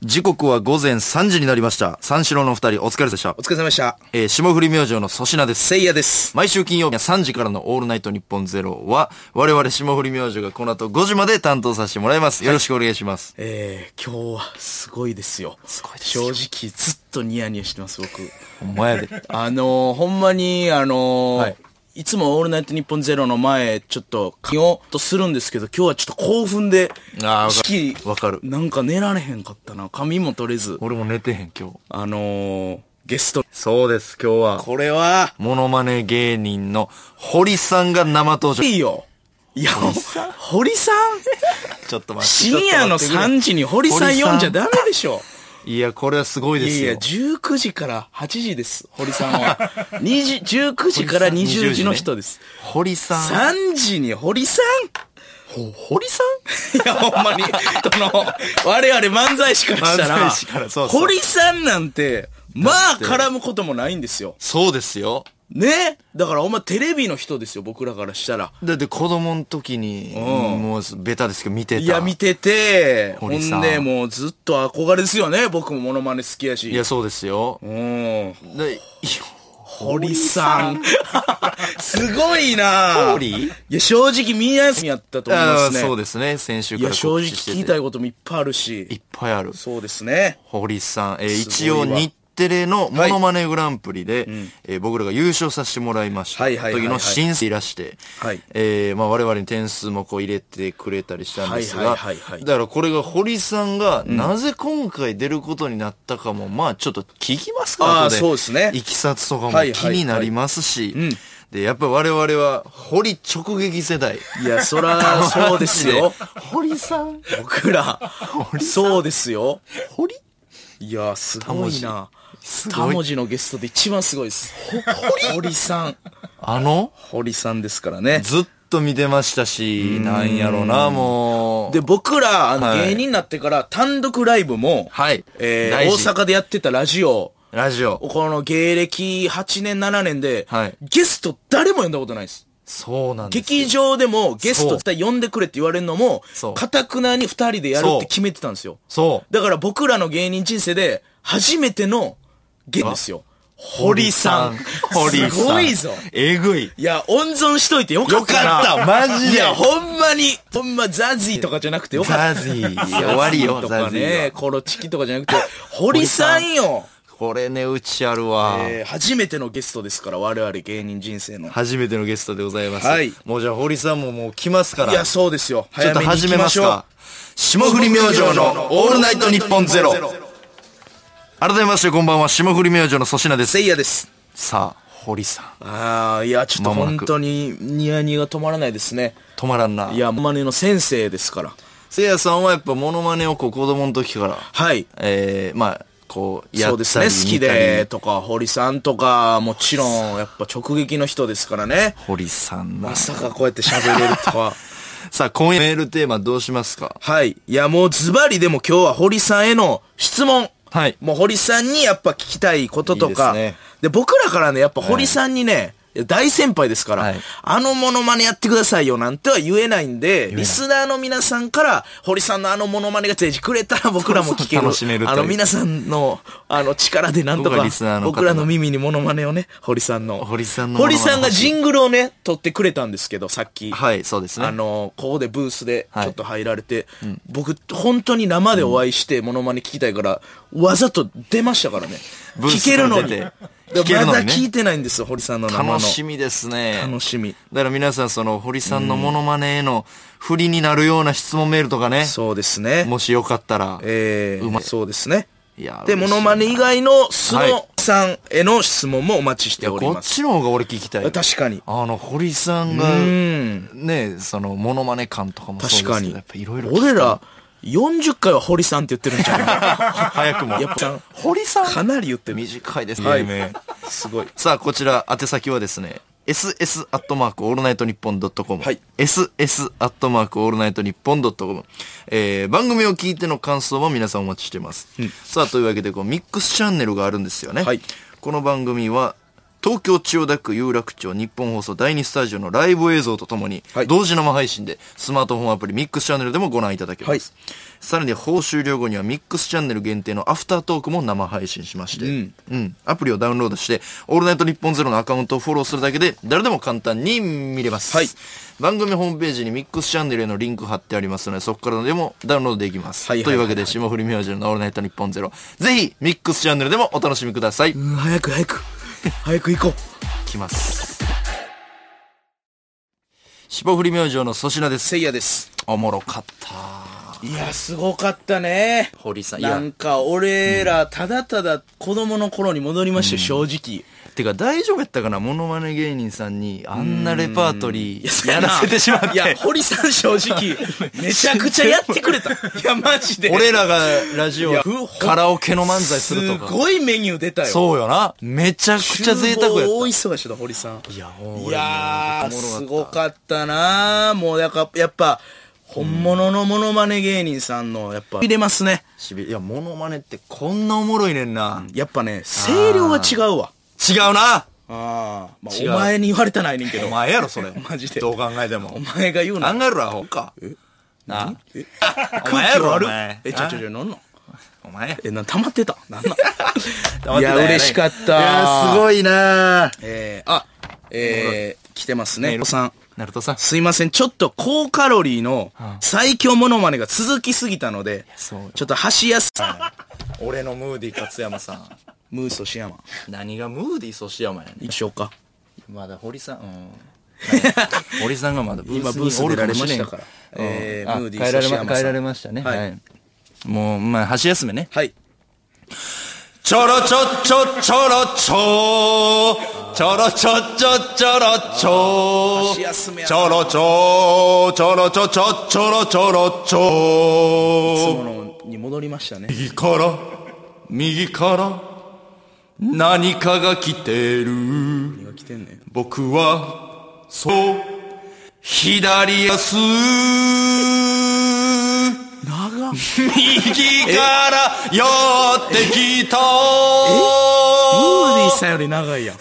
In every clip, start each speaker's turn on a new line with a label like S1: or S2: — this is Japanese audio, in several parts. S1: 時刻は午前3時になりました。三四郎のお二人、お疲れでした
S2: お。疲れ様でした。
S1: えー霜降り明星の粗品です。
S2: せいやです。
S1: 毎週金曜日3時からのオールナイト日本ゼロは、我々霜降り明星がこの後5時まで担当させてもらいます。よろしくお願いし ます。
S2: えー、今日はすごいですよ。
S1: すごいですよ
S2: 正直ずっとニヤニヤしてます、僕。
S1: お前で。
S2: あのー、ほんまに、あのー
S1: はい
S2: い、つもオールナイトニッポンゼロの前、ちょっと、気をとするんですけど、今日はちょっと興奮で、
S1: あーわかる
S2: 式
S1: わかる
S2: なんか寝られへんかったな。髪も取れず、
S1: 俺も寝てへん、今日。
S2: あのー、ゲスト。
S1: そうです、今日は。
S2: これは、
S1: モノマネ芸人の堀さんが生登場。
S2: いいよ。いや、堀さん
S1: ちょっと待って。
S2: 深夜の
S1: ちょっと待
S2: 3
S1: ってくれ
S2: 時に堀さん
S1: 堀さん
S2: 読んじゃダメでしょ。
S1: いや、これはすごいですよ。
S2: いやいや、19時から8時です、堀さんは。20 19時から20時の人です。
S1: 堀さん。
S2: 3時に堀さん ほ、堀さんいや、ほんまに、その、我々漫才師からした
S1: 漫才
S2: ら、
S1: 師からそうそう
S2: 堀さんなんて、まあ
S1: だって
S2: 絡むこともないんですよ。
S1: そうですよ。
S2: ねだからお前テレビの人ですよ、僕らからしたら。
S1: だって子供の時に、
S2: うん
S1: もうベタですけど見てた。
S2: いや、見てて、ほ
S1: 堀さん
S2: んで、もうずっと憧れですよね。僕もモノマネ好きやし。
S1: いや、そうですよ。
S2: うん。
S1: で、い
S2: 堀さん。 すごいな
S1: 堀
S2: いや、正直みんな休みやったと思い
S1: あ
S2: ま
S1: ー
S2: すね。
S1: そうですね。先週
S2: い
S1: から
S2: や、正
S1: 告
S2: 直
S1: 知してて
S2: 聞きたいこともいっぱいあるし。
S1: いっぱいある。
S2: そうですね。
S1: 堀さん、えー
S2: す
S1: 一
S2: ご
S1: 応
S2: いわ
S1: 日テレのモノマネグランプリで、えー僕らが優勝させてもらいました。
S2: はいはいはいはい
S1: 時の審査いらして、
S2: はい
S1: えーまあ我々に点数もこう入れてくれたりしたんですが、
S2: はいはいはいはい
S1: だからこれが堀さんがなぜ今回出ることになったかも、まあちょっと聞きますから、
S2: あー
S1: 後
S2: そうですね
S1: いきさつとかも
S2: はいはい
S1: 気
S2: はい
S1: になりますし、で、やっぱ我々は堀直撃世代。
S2: いや、そら、 そうですよ。
S1: 堀さん
S2: 僕ら、そうですよ。
S1: 堀
S2: いや、すごいな。
S1: す
S2: タ
S1: ご
S2: 文
S1: い。
S2: 字のゲストで一番すごいです。堀さん。
S1: あの
S2: 堀さんですからね。
S1: ずっと見てましたし、なんやろな、もう。
S2: で、僕ら、あの、
S1: はい
S2: 芸人になってから単独ライブも、
S1: はい
S2: えー
S1: 大事
S2: 大阪でやってたラジオ、
S1: ラジオ。
S2: この芸歴8年、7年で、
S1: はい
S2: ゲスト誰も呼んだことないです。
S1: そうなんですよ。
S2: 劇場でもゲス
S1: そ
S2: ト
S1: う
S2: 絶対呼んでくれって言われるのも
S1: そう、
S2: かたくなに二人でやるって決めてたんですよ。
S1: そう。
S2: だから僕らの芸人人生で、初めての芸ですよ。堀さん。
S1: 堀さん。
S2: すごいぞ。
S1: えぐい。
S2: いや、温存しといてよか
S1: よ
S2: ったな。
S1: かった、マジ
S2: い
S1: で。
S2: や、ほんまに、ほんまザジーとかじゃなくてよかった。
S1: ザジー。いや終わりよ、
S2: と
S1: ザ
S2: か
S1: ジー
S2: ね
S1: は。、
S2: コロチキとかじゃなくて、堀さんよ。
S1: これね、うちあるわ。
S2: えー初めてのゲストですから、我々芸人人生の。
S1: 初めてのゲストでございます。
S2: はい
S1: もうじゃあ、堀さんももう来ますから。
S2: いや、そうですよ。
S1: ちょっと
S2: 早めに
S1: 始
S2: 行
S1: め
S2: き
S1: ま
S2: ますしょう
S1: か。。霜降り明星のオールナイトニッポンゼロ。改めまして、こんばんは。霜降り明星の粗品です。
S2: せいやです。
S1: さあ、堀さん。
S2: ああ、いや、ちょっと
S1: 間もなく
S2: 本当にニヤニヤが止まらないですね。
S1: 止まらんな。
S2: いや、モノマネの先生ですから。
S1: せいやさんはやっぱモノマネをこう子供の時から、
S2: はい。
S1: えー、まあ、こう、や
S2: そ
S1: っ
S2: うです
S1: たり
S2: ね。
S1: 見たり、
S2: 好きで、とか、堀さんとか、もちろん、やっぱ直撃の人ですからね。
S1: 堀さんな
S2: ま。さかこうやって喋れるとは。
S1: さあ、今夜メールテーマどうしますか
S2: はい。いや、もうズバリでも今日は堀さんへの質問。
S1: はい
S2: もう堀さんにやっぱ聞きたいこととか。
S1: いいですね
S2: で、僕らからね、やっぱ堀さんにね、いや大先輩ですから、
S1: はい
S2: あのモノマネやってくださいよなんては言えないんで、リスナーの皆さんから、堀さんのあのモノマネが提示くれたら 僕らも聞ける。
S1: 楽しめるという
S2: あの皆さんの、あの力でなんと
S1: 僕
S2: か
S1: はリスナーの方、の
S2: 僕らの耳にモノマネをね、堀さんの。
S1: 堀さんのモノマ
S2: 堀
S1: ネ
S2: さんがジングルをね、撮ってくれたんですけど、さっき。
S1: はい、そうですね。
S2: あのここでブースで
S1: はい
S2: ちょっと入られて、僕、本当に生でお会いして、モノマネ聞きたいから、わざと出ましたからね。
S1: ブー
S2: 聞
S1: ス
S2: け
S1: か
S2: る
S1: ら
S2: の
S1: 出て
S2: に。だ
S1: 聞け
S2: か
S1: る
S2: らま
S1: の
S2: だ
S1: にね
S2: 聞いてないんですよ、堀さんの生の。
S1: 楽しみですね。
S2: 楽しみ
S1: だから皆さん、その、堀さんのモノマネへの振りになるような質問メールとかね、
S2: そうですね。
S1: もしよかったら、
S2: えー
S1: うまい
S2: そうですね。
S1: いや
S2: で、
S1: 嬉
S2: モ
S1: しいな
S2: ノマネ以外の素
S1: はい
S2: のさんへの質問もお待ちしており
S1: こっ
S2: ます。
S1: ちの方が俺聞きたい。
S2: 確かに。
S1: あの、堀さんが、
S2: うん。
S1: ね、その、モノマネ感とかもそうです
S2: 確
S1: けど、
S2: かに
S1: やっぱいろいろ聞きたい
S2: 俺ら、40回は堀さんって言ってるんじゃない
S1: 早くも。
S2: やっぱ、
S1: 堀さん
S2: かなり言ってる。
S1: 短いです
S2: はい
S1: ね。
S2: すごい。
S1: さあ、こちら、宛先はですね、ss アットマークオールナイトニッポンドットコム。
S2: はい
S1: ss アットマークオールナイトニッポンドットコム。えー番組を聞いての感想も皆さんお待ちしてます。さあ、というわけで、こう、ミックスチャンネルがあるんですよね。
S2: はい
S1: この番組は、東京千代田区有楽町日本放送第2スタジオのライブ映像とともに、
S2: はい
S1: 同時生配信でスマートフォンアプリミックスチャンネルでもご覧いただけます、さらに放終了後にはミックスチャンネル限定のアフタートークも生配信しまして、うん、アプリをダウンロードして、オールナイトニッポンゼロのアカウントをフォローするだけで、誰でも簡単に見れます。
S2: はい
S1: 番組ホームページにミックスチャンネルへのリンク貼ってありますので、そこからでもダウンロードできます。
S2: はいはいはいはい
S1: というわけで、霜降り明星のオールナイトニッポンゼロ、ぜひ、ミックスチャンネルでもお楽しみください。
S2: うん早く早く早く行こう
S1: きます。霜降り明星の粗品です。
S2: せいやです
S1: おもろかった。
S2: いやすごかったね
S1: 堀さん、い
S2: な
S1: や、
S2: んか俺らただただ子供の頃に戻りましたよ正直
S1: てか大丈夫やったかなモノマネ芸人さんにあんなレパートリーやらせてしまっ
S2: いや
S1: て。
S2: 堀さん正直めちゃくちゃやって くれたいやマジで
S1: 俺らがラジ
S2: い
S1: オ
S2: やふ、
S1: カラオケの漫才するとか。
S2: すごいメニュー出たよう
S1: そうよな。めちゃくちゃ贅沢やっ
S2: 大忙しだ堀さん
S1: た。いや、
S2: いやー、すご
S1: っ
S2: かったなーもう、やっぱ、やっぱ、本物のモノマネ芸人さんの、やっぱ、見れますね。
S1: たしび。いや、モノマネってこんなおもろいねんな。
S2: やっぱね、声量が違うわ。
S1: 違うな
S2: ああ、まあ、
S1: 違う
S2: お前に言われたないねんけど。
S1: お前やろ、それ。
S2: マジで
S1: どう考えても
S2: お。前が言う
S1: 考
S2: な。
S1: えろ、アホか。な
S2: え
S1: お前やろ、お
S2: 悪っ
S1: 前。
S2: え、ちょちょちょ、なんなん
S1: お前や。
S2: え、な、溜まってたなん なん
S1: 黙って
S2: い
S1: た
S2: や、
S1: よね
S2: 嬉しかった。
S1: いや、す
S2: い。
S1: ごいな
S2: えー、あ、えー、来てます
S1: メ
S2: ね。
S1: ール
S2: おさん。
S1: ナルトさん。
S2: すいません。ちょっと高カロリーの最強モノマネが続きすぎたので
S1: そうよ、
S2: ちょっと箸休め
S1: 俺のムーディ勝山さん。
S2: ムースとシヤマン。
S1: 何がムーディそしてやまやねん
S2: 一緒か。
S1: まだ堀さん、うん。 堀さんがま だブ
S2: 今ブ
S1: ー
S2: ー
S1: ス
S2: ス
S1: にお
S2: 出
S1: る
S2: ら
S1: か
S2: れ
S1: も
S2: ま
S1: しれ
S2: し
S1: ん
S2: た
S1: か
S2: からら。。え
S1: うん
S2: ー、
S1: あ
S2: ムーディ
S1: 変えられ
S2: ーソシ
S1: ま
S2: ヤマ
S1: 変
S2: さ
S1: え
S2: ん
S1: られましたね。
S2: はい
S1: はい。もう、まあ、箸休めね。
S2: はい。
S1: ちょろちょちょちょろちょちょろちょちょちょろちょ
S2: 箸休めや
S1: ちょろちょちょろちょちょちょろちょろちょ
S2: ものに戻りましたね。
S1: 右から右から何かが来てる
S2: 何が来てんねん。
S1: 僕は、そう、左安。
S2: 長っ。
S1: 右から寄ってきた。
S2: ムーディーさんより長いやん。
S1: い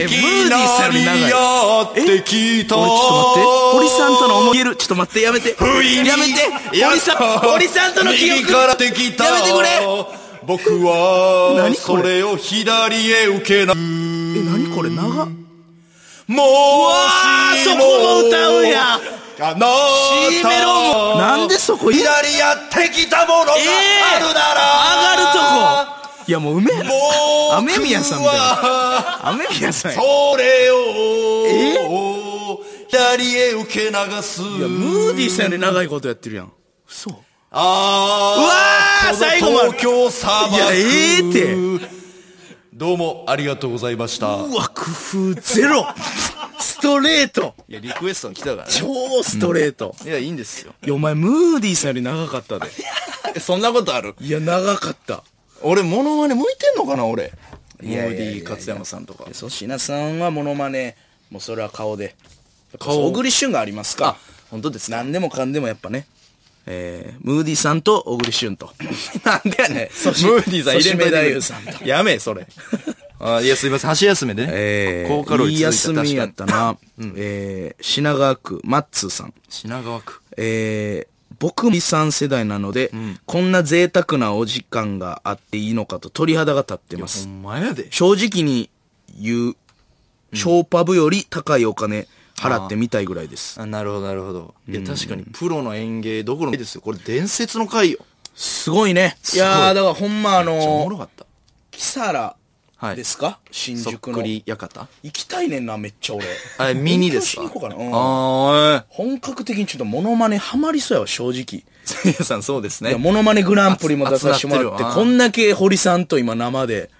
S2: えムーディ
S1: き
S2: ー
S1: な
S2: さんよ
S1: り
S2: り長い
S1: 寄ってきた。
S2: 俺ちょっと待って。堀さんとの思い出る。ちょっと待って、やめて。
S1: 不意に
S2: やめて。堀さん、堀さんとの記憶。
S1: 右から寄ってきた。
S2: やめてくれ
S1: 僕は、
S2: 何こ
S1: そ
S2: れ
S1: れを左へ受けな。
S2: え、何これ長っ。
S1: もう
S2: あーそこも歌うんや。
S1: あの
S2: C メロもなんでそこ
S1: 左やってきたものがあ
S2: ええ
S1: るな
S2: 上
S1: ら、
S2: がるとこいやもううめえな
S1: もう
S2: 雨宮さんみたい
S1: は
S2: 雨宮さんや
S1: それを左へ受け流す
S2: いやムーディーさんより長いことやってるやん嘘
S1: あー
S2: うわー最後まで
S1: 東京砂漠
S2: いやええって
S1: どうもありがとうございました
S2: うわ工夫ゼロストレート
S1: いやリクエストが来たからね
S2: 超ストレート、
S1: いやいいんですよ
S2: いやお前ムーディーさんより長かったで
S1: そんなことある
S2: いや長かった
S1: 俺モノマネ向いてんのかな俺ム
S2: いやいやいやいや
S1: ーディ勝山さんとか
S2: 粗品さんはモノマネもうそれは顔で
S1: 顔
S2: 顔小栗旬があります
S1: あ
S2: か
S1: 本当ですね
S2: 何でもかんでもやっぱねえー、ムーディーさんと小栗旬と
S1: なんでやねん。ム
S2: そし
S1: ーディーさん入れんといてくれ
S2: そしめだゆうさんと
S1: やめえ、それ。あいや、すいません。箸休めでね。
S2: えー、
S1: 高カロリー
S2: いい
S1: 続いた
S2: 休みやっ
S1: 確か
S2: たな、えー、品川区マッツーさん
S1: に品川区。
S2: えー、僕も3世代なので、こんな贅沢なお時間があっていいのかと鳥肌が立ってま
S1: ほ
S2: す。
S1: んまやで。
S2: 正直に言う、ショーパブより高いお金払ってみたいぐらいです。
S1: あなるほど、なるほど。いや、確かに、プロの演芸どころのですよ。これ、伝説の回よ。
S2: すごいね。い
S1: ごい
S2: やー、だからほんまあ
S1: めっちゃおもろ
S2: の
S1: かった。
S2: キサラ
S1: はい
S2: ですか、新
S1: そっく
S2: 宿の。
S1: り館
S2: 行きたいねんな、めっちゃ俺。
S1: あれ、ミニですか
S2: 勉強しに行こうかなうん
S1: あ
S2: 本格的にちょっとモノマネハマりそうやわ、正直。
S1: ー、え。さん、そうです
S2: いや、
S1: ね。
S2: モノマネグランプリも出させてもら
S1: 熱
S2: っ
S1: 熱
S2: て、
S1: なってるわ
S2: こんだけ堀さんと今生で、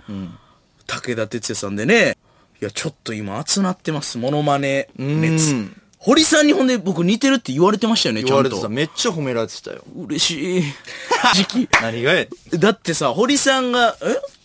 S2: 武田鉄矢さんでね、いや、ちょっと今熱なってます、モノマネ熱
S1: うん。
S2: 堀さんにほんで僕似てるって言われてましたよね、ち
S1: 言
S2: ゃ
S1: わ
S2: ん
S1: れてた。
S2: と。
S1: めっちゃ褒められてたよ。
S2: 嬉しい。時期。
S1: 何がや。
S2: だってさ、堀さんが、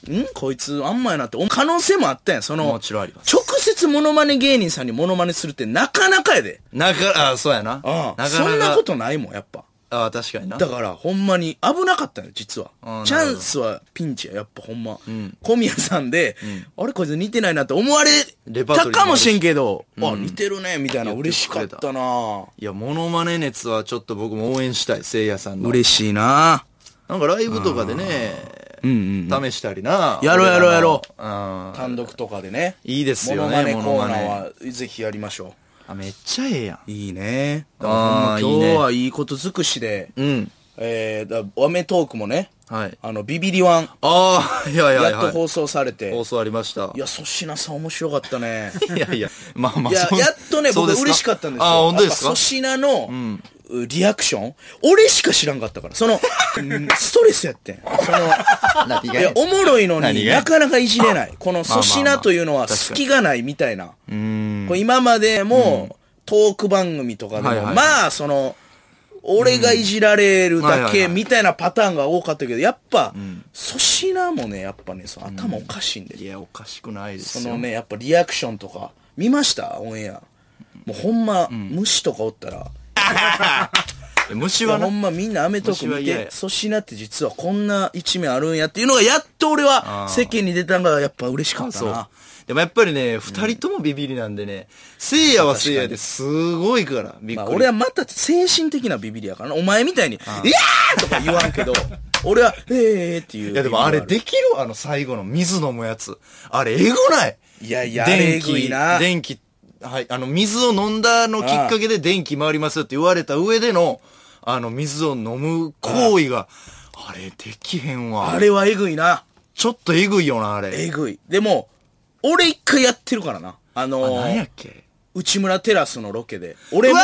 S2: えんこいつあんまやなって、可能性もあったやん、その。
S1: もちろんあります
S2: 直接モノマネ芸人さんにモノマネするってなかなかやで。
S1: なか、あ、そうやな。
S2: う
S1: な
S2: ん
S1: かなか。
S2: そんなことないもん、やっぱ。
S1: ああ、確かにな。
S2: だから、ほんまに危なかったのよ、実は
S1: あー。
S2: チャンスはピンチや、やっぱほんま。小宮さんで、あれこいつ似てないなって思われ
S1: レパート
S2: た
S1: リーもある
S2: か
S1: し
S2: もしれんけど、あ、似てるね、みたいな、
S1: 言ってくれた
S2: 嬉しかったない
S1: や、モノマネ熱はちょっと僕も応援したい、せいやさんの。
S2: 嬉しいな
S1: なんかライブとかでね、試したりな。
S2: やろうやろうやろう
S1: 俺らのうん。
S2: 単独とかでね。
S1: いいですよね
S2: モノマネコーナーは、ぜひやりましょ
S1: あ、めっちゃええやん。
S2: う。いいね。だからほん
S1: あ
S2: ま
S1: ー
S2: 今
S1: いい
S2: 日
S1: ね
S2: はいいこと尽くしで、
S1: うん。
S2: えー、だアメトークもね、
S1: はい。
S2: あの、ビビリワン、
S1: ああ、いやいやい
S2: やっと
S1: や。
S2: 放送されて、
S1: 放送ありました
S2: い。や、粗品さん面白かったね。
S1: いやいや、まあまあ、
S2: いや、
S1: そん
S2: やっとね、
S1: そう
S2: 僕
S1: です
S2: 嬉しかったんですよ。
S1: あー、本当です
S2: や
S1: か
S2: っぱ粗品の、リアクション俺しか知らんかったから。その、んストレスやってん。その、
S1: 何
S2: い
S1: がや
S2: や、おもろいの
S1: 何
S2: に
S1: がや
S2: なかなかいじれない。こ
S1: まあ
S2: の粗
S1: まあま
S2: 品
S1: あ
S2: というのは
S1: 確かに
S2: 隙がないみたいな。
S1: うん。
S2: これ今までも、トーク番組とかでも、
S1: はいはい
S2: まあ、その、俺がいじられる
S1: はい
S2: だ
S1: はいは
S2: け
S1: い
S2: みたいなパターンが多かったけど、やっぱ、粗品もね、やっぱね、その頭おかしいんで
S1: いや、おかしくないです
S2: そ
S1: よ。
S2: のね、やっぱリアクションとか、見ましたオンエア。もうほんま、虫とかおったら、
S1: 虫は
S2: ほ
S1: な。
S2: んまみんなアメトー
S1: 虫は
S2: ク見
S1: 嫌や
S2: て、粗品って実はこんな一面あるんやっていうのが、やっと俺は世間に出たのがやっぱ嬉しかった
S1: そう
S2: な。。
S1: でもやっぱりね、二人ともビビりなんでね、せいやはせいやですごいから、びっ
S2: まあ
S1: くり。
S2: 俺はまた精神的なビビりやからな。お前みたいに、いやーとか言わん けど、俺は、えーえーっていう。
S1: いやでもあれできるあの最後の水飲むやつ。あれえぐない
S2: いやいやあれえ
S1: 電
S2: ぐい
S1: 気、
S2: な
S1: 電気、はい、あの水を飲んだのきっかけで電気回りますよって言われた上での、あの水を飲む行為が、あれできへんわ。
S2: あれはえぐいな。
S1: ちょっとえぐいよな、あれ。
S2: えぐい。でも、俺一回やってるからな。あのー、
S1: 何やっけ
S2: 内村テラスのロケで。俺も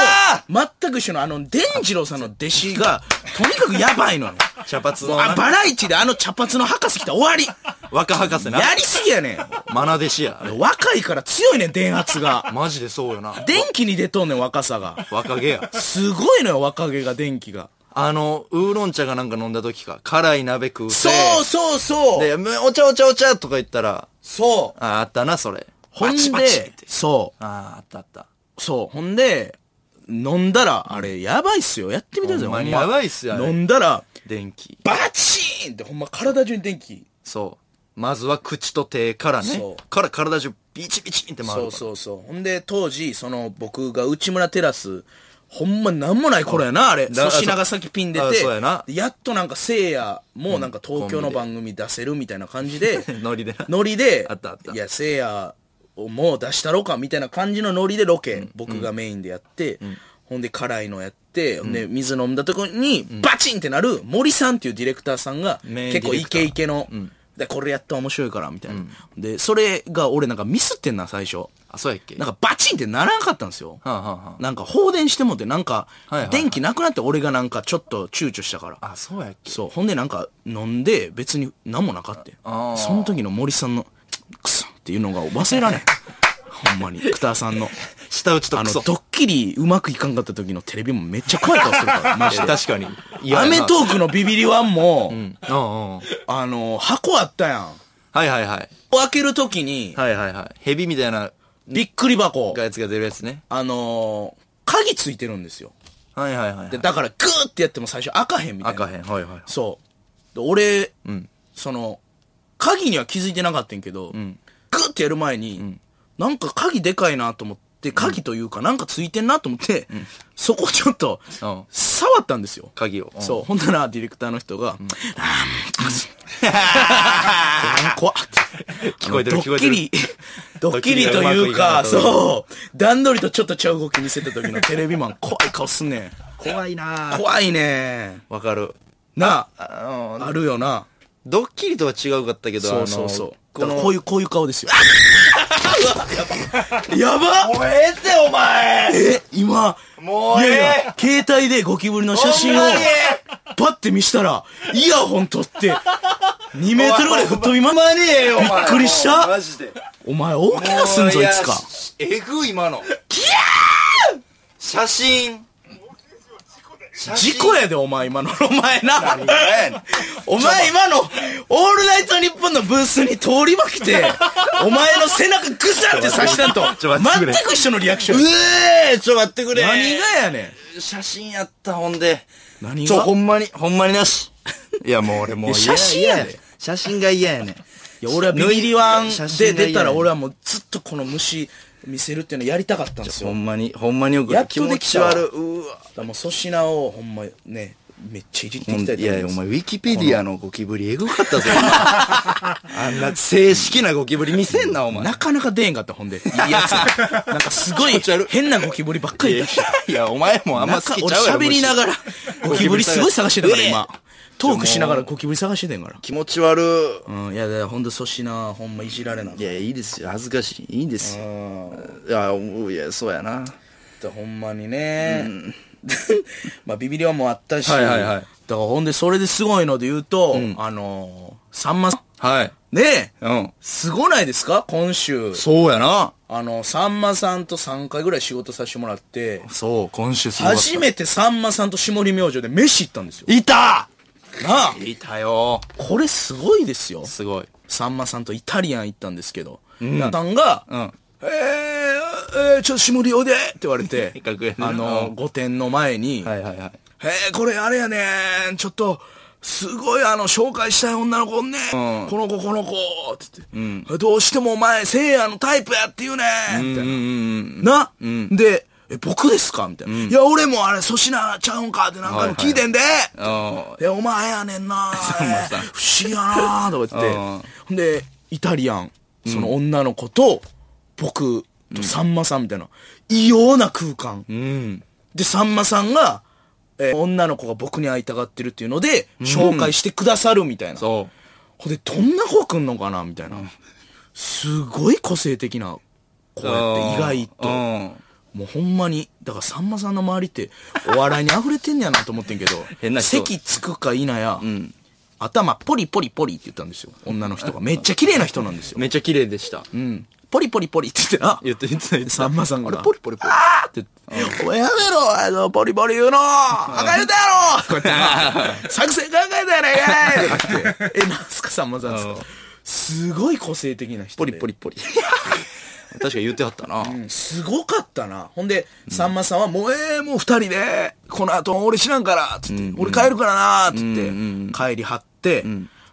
S1: うわ、
S2: 全く一緒の、あの、伝次郎さんの弟子が、とにかくやばいのよ。
S1: 茶髪のな
S2: あ、バラエティであの茶髪の博士来たら終わり。
S1: 若博士な。
S2: やりすぎやねん。
S1: マナ弟子や。あれ
S2: 若いから強いねん、電圧が。
S1: マジでそうよな。
S2: 電気に出とんねん、若さが。
S1: 若気や。
S2: すごいのよ、若気が、電気が。
S1: あの、ウーロン茶がなんか飲んだ時か。辛い鍋食うて。
S2: そうそうそう。
S1: で、むお茶お茶お茶とか言ったら、
S2: そう。
S1: ああったな、それ。
S2: ほん
S1: バチバチって、
S2: でそ
S1: ああ、あったあった。
S2: う。そう。ほんで、飲んだら、あれ、やばいっすよ。やってみてください、
S1: ほんまに
S2: ほ
S1: やばいっすよあれ
S2: 飲んだら、
S1: 電気。
S2: バチーンって、ほんま体中に電気。
S1: そう。まずは口と手からね
S2: そ。
S1: から体中ビチビチンって回る
S2: そう
S1: から。
S2: そうそう。ほんで、当時、その、僕が内村テラス、ほんまなんもない頃やな、あれ。
S1: だ
S2: 粗品が先ピン出
S1: あ
S2: て
S1: そうやな、
S2: やっとなんかせいやもなんか東
S1: コンビ
S2: 京の
S1: で、
S2: 番組出せるみたいな感じで
S1: ノリでな
S2: ノリで、
S1: あったあった
S2: いや、せいやをもう出したろか、みたいな感じのノリでロケ、僕がメインでやって、ほんで、辛いのやって、ほんで、水飲んだとこに、バチンってなる、森さんっていうディレクターさんが、
S1: 名
S2: 結構
S1: ディレ
S2: イ
S1: クター
S2: ケイケの、で、これやったら面白いから、みたいな。で、それが俺なんかミスってんな、最初。
S1: あ、そうやっけ
S2: なんかバチンってならなかったんですよ。
S1: はあはあは
S2: なんか放電してもって、なんか
S1: はいはいはい、
S2: 電気なくなって俺がなんかちょっと躊躇したから。
S1: あ、そうやっけ
S2: そう。ほんでなんか飲んで別に何もなかった
S1: あー
S2: よ。その時の森さんの、クソンっていうのが忘 れられん。ほんまに。クターさんの。
S1: 下打ちと
S2: あ
S1: ク
S2: の、ド
S1: ソ。
S2: ッキリうまくいかんかった時のテレビもめっちゃ怖い顔するから、マジで。
S1: 確かに。 いや
S2: アメトークのビビリワンも、
S1: うん。うんうん。
S2: あの、箱あったやん。
S1: はいはいはい。
S2: 開ける時に、
S1: はいはいはい。ヘビみたいな
S2: びっくり箱、
S1: やつが出るやつね。
S2: あのー、鍵ついてるんですよ。
S1: はいはいはい。
S2: で、だからグーってやっても最初開かへんみたい
S1: 赤へ
S2: な。
S1: ん。はいはい。
S2: そう。で俺、その、鍵には気づいてなかったんやけど、グーってやる前に、なんか鍵でかいなと思って、鍵というかなんかついてんなと思って、そこちょっと
S1: うん、
S2: 触ったんですよ。
S1: 鍵を。。
S2: そうう、ほんならディレクターの人が、あ ー怖っ
S1: 聞こえてる
S2: あの
S1: 聞こえてる
S2: ドッキリ、ドッキリという
S1: ド
S2: か、
S1: ッキリがうまくいかなかった
S2: そう、段取りとちょっとちゃう動き見せた時のテレビマン怖い顔すんねん。
S1: 怖いな
S2: 怖いね
S1: わかる。
S2: ん。なあ、
S1: あの、
S2: あるよな。
S1: ドッキリとは違うかったけど、
S2: そうそうそ
S1: あ
S2: う
S1: の。
S2: こ
S1: この
S2: こういう、こういう顔ですよ。 やば
S1: もうええってお前
S2: え、今、
S1: もうええ
S2: いやいや携帯でゴキブリの写真を
S1: ほんまに、
S2: パッて見したら、イヤホン取って、2メートルぐらい吹っ飛びま、
S1: まにええよお
S2: びっ
S1: 前
S2: くりした
S1: もうマジで
S2: お前大怪我すんぞ、いつか
S1: もう。やしえぐい今のキャー写真
S2: 事故やで、お前今の。お前な。お前今の、オールナイトニッポンのブースに通りまきて、お前の背中グサって刺したんと、
S1: ちょっと待ってくれ
S2: 全く一緒のリアクション
S1: う
S2: や。
S1: えーちょ、待ってくれ。
S2: 何がやねん。
S1: 写真やった、ほんで。
S2: 何が
S1: ちょ、ほんまに、ほんまになし。いや、もう俺もう
S2: いや
S1: 嫌や。
S2: 写真やで
S1: 嫌ね写真が嫌やねん。
S2: いや、俺はビビリワン
S1: 写真が嫌
S2: で
S1: やね
S2: 出たら、俺はもうずっとこの虫見せるっていうのやりたかったんですよ。
S1: ほんまに、ほんまによく
S2: やっとできたわ
S1: 気持ち悪いうわ。
S2: だからもう粗品を、ほんまね、めっちゃいじっていきたいと思います。
S1: いやいや、お前、ウィキペディアのゴキブリエグかった ぞ。あんな正式なゴキブリ見せんな、お前。
S2: なかなか出えんかっ た、ほんで。いいやつ。なんかすごい変なゴキブリばっかりだし。
S1: いや、お前もあんま好きちゃうやろ。
S2: 俺喋りながら、ゴキブリすごい探してたから、
S1: ええ
S2: 今。トークしながらゴキブリ探してたんやから。
S1: 気持ち悪い。
S2: うん、いや、だからほんと粗品、ほんまいじられなかっ
S1: いや、いいですよ。恥ずかしい。いいですよ。いや、おいや、そうやな。
S2: た。ほんまにね。 まあ、ビビりはもうあったし。
S1: はいはいはい
S2: だからほんで、それですごいので言うと、あのー、さんまさん。
S1: はい。
S2: ねえ。
S1: うん。
S2: すごないですか今週。
S1: そうやな。
S2: あの、さんまさんと3回ぐらい仕事させてもらって。
S1: そう、今週すごかった
S2: 初めてさんまさんと下り明星で飯行ったんですよ。
S1: いた
S2: なあ
S1: いたよ。
S2: これすごいですよ。
S1: すごい。
S2: さんまさんとイタリアン行ったんですけど、なさんが、
S1: うん
S2: えー、えー、ちょっと下 りおいでって言われて
S1: 楽屋、ね
S2: あの、
S1: うん
S2: 御殿の前に、
S1: はいはいはい。
S2: えー、これあれやねん、ちょっと、すごいあの、紹介したい女の子おんね、
S1: うん
S2: ん、この子この子って言って、どうしてもお前、せいやのタイプやって言うねん、みたいな。
S1: ん。
S2: な、で、え、僕ですかみたいな、いや、俺もあれ、粗品ちゃうんかって何回も聞いてんで、
S1: あ
S2: で、お前やねんな
S1: さんまさん
S2: えー不思議やなとか言って
S1: うん。
S2: ほんで、イタリアン、その女の子と、僕とさんまさんみたいな、異様な空間。
S1: うん。
S2: で、さんまさんが、えー女の子が僕に会いたがってるっていうので、紹介してくださるみたいな。
S1: そ
S2: ほんで、どんな子来んのかなみたいな。すごい個性的な子
S1: う。
S2: やって、意外と。
S1: うん。
S2: もうほんまに、だからさんまさんの周りって、お笑いに溢れてんねやなと思ってん けど、
S1: 変な人
S2: 席つくか否や、頭ポリポリポリって言ったんですよ。女の人が。めっちゃ綺麗な人なんですよ。
S1: めっちゃ綺麗でした。う。
S2: うんん。ポリポリポリって言ってな、
S1: 言って言ってた言って
S2: さんまさんがな、
S1: ポリポリポリ。
S2: あーって言って、お前やめろ、あの、ポリポリ言うの赤い歌やろこうやってな、作戦考えたやない かいとか言って、え、なんすかさんまさんですかすごい個性的な人
S1: ポ
S2: で。
S1: リポリポリ。確か言ってはったな。
S2: すごかったな。ほんで、さんまさんは、もうええ、もう二人で、この後俺知らんから、つって、俺帰るからな、つって、帰り張って、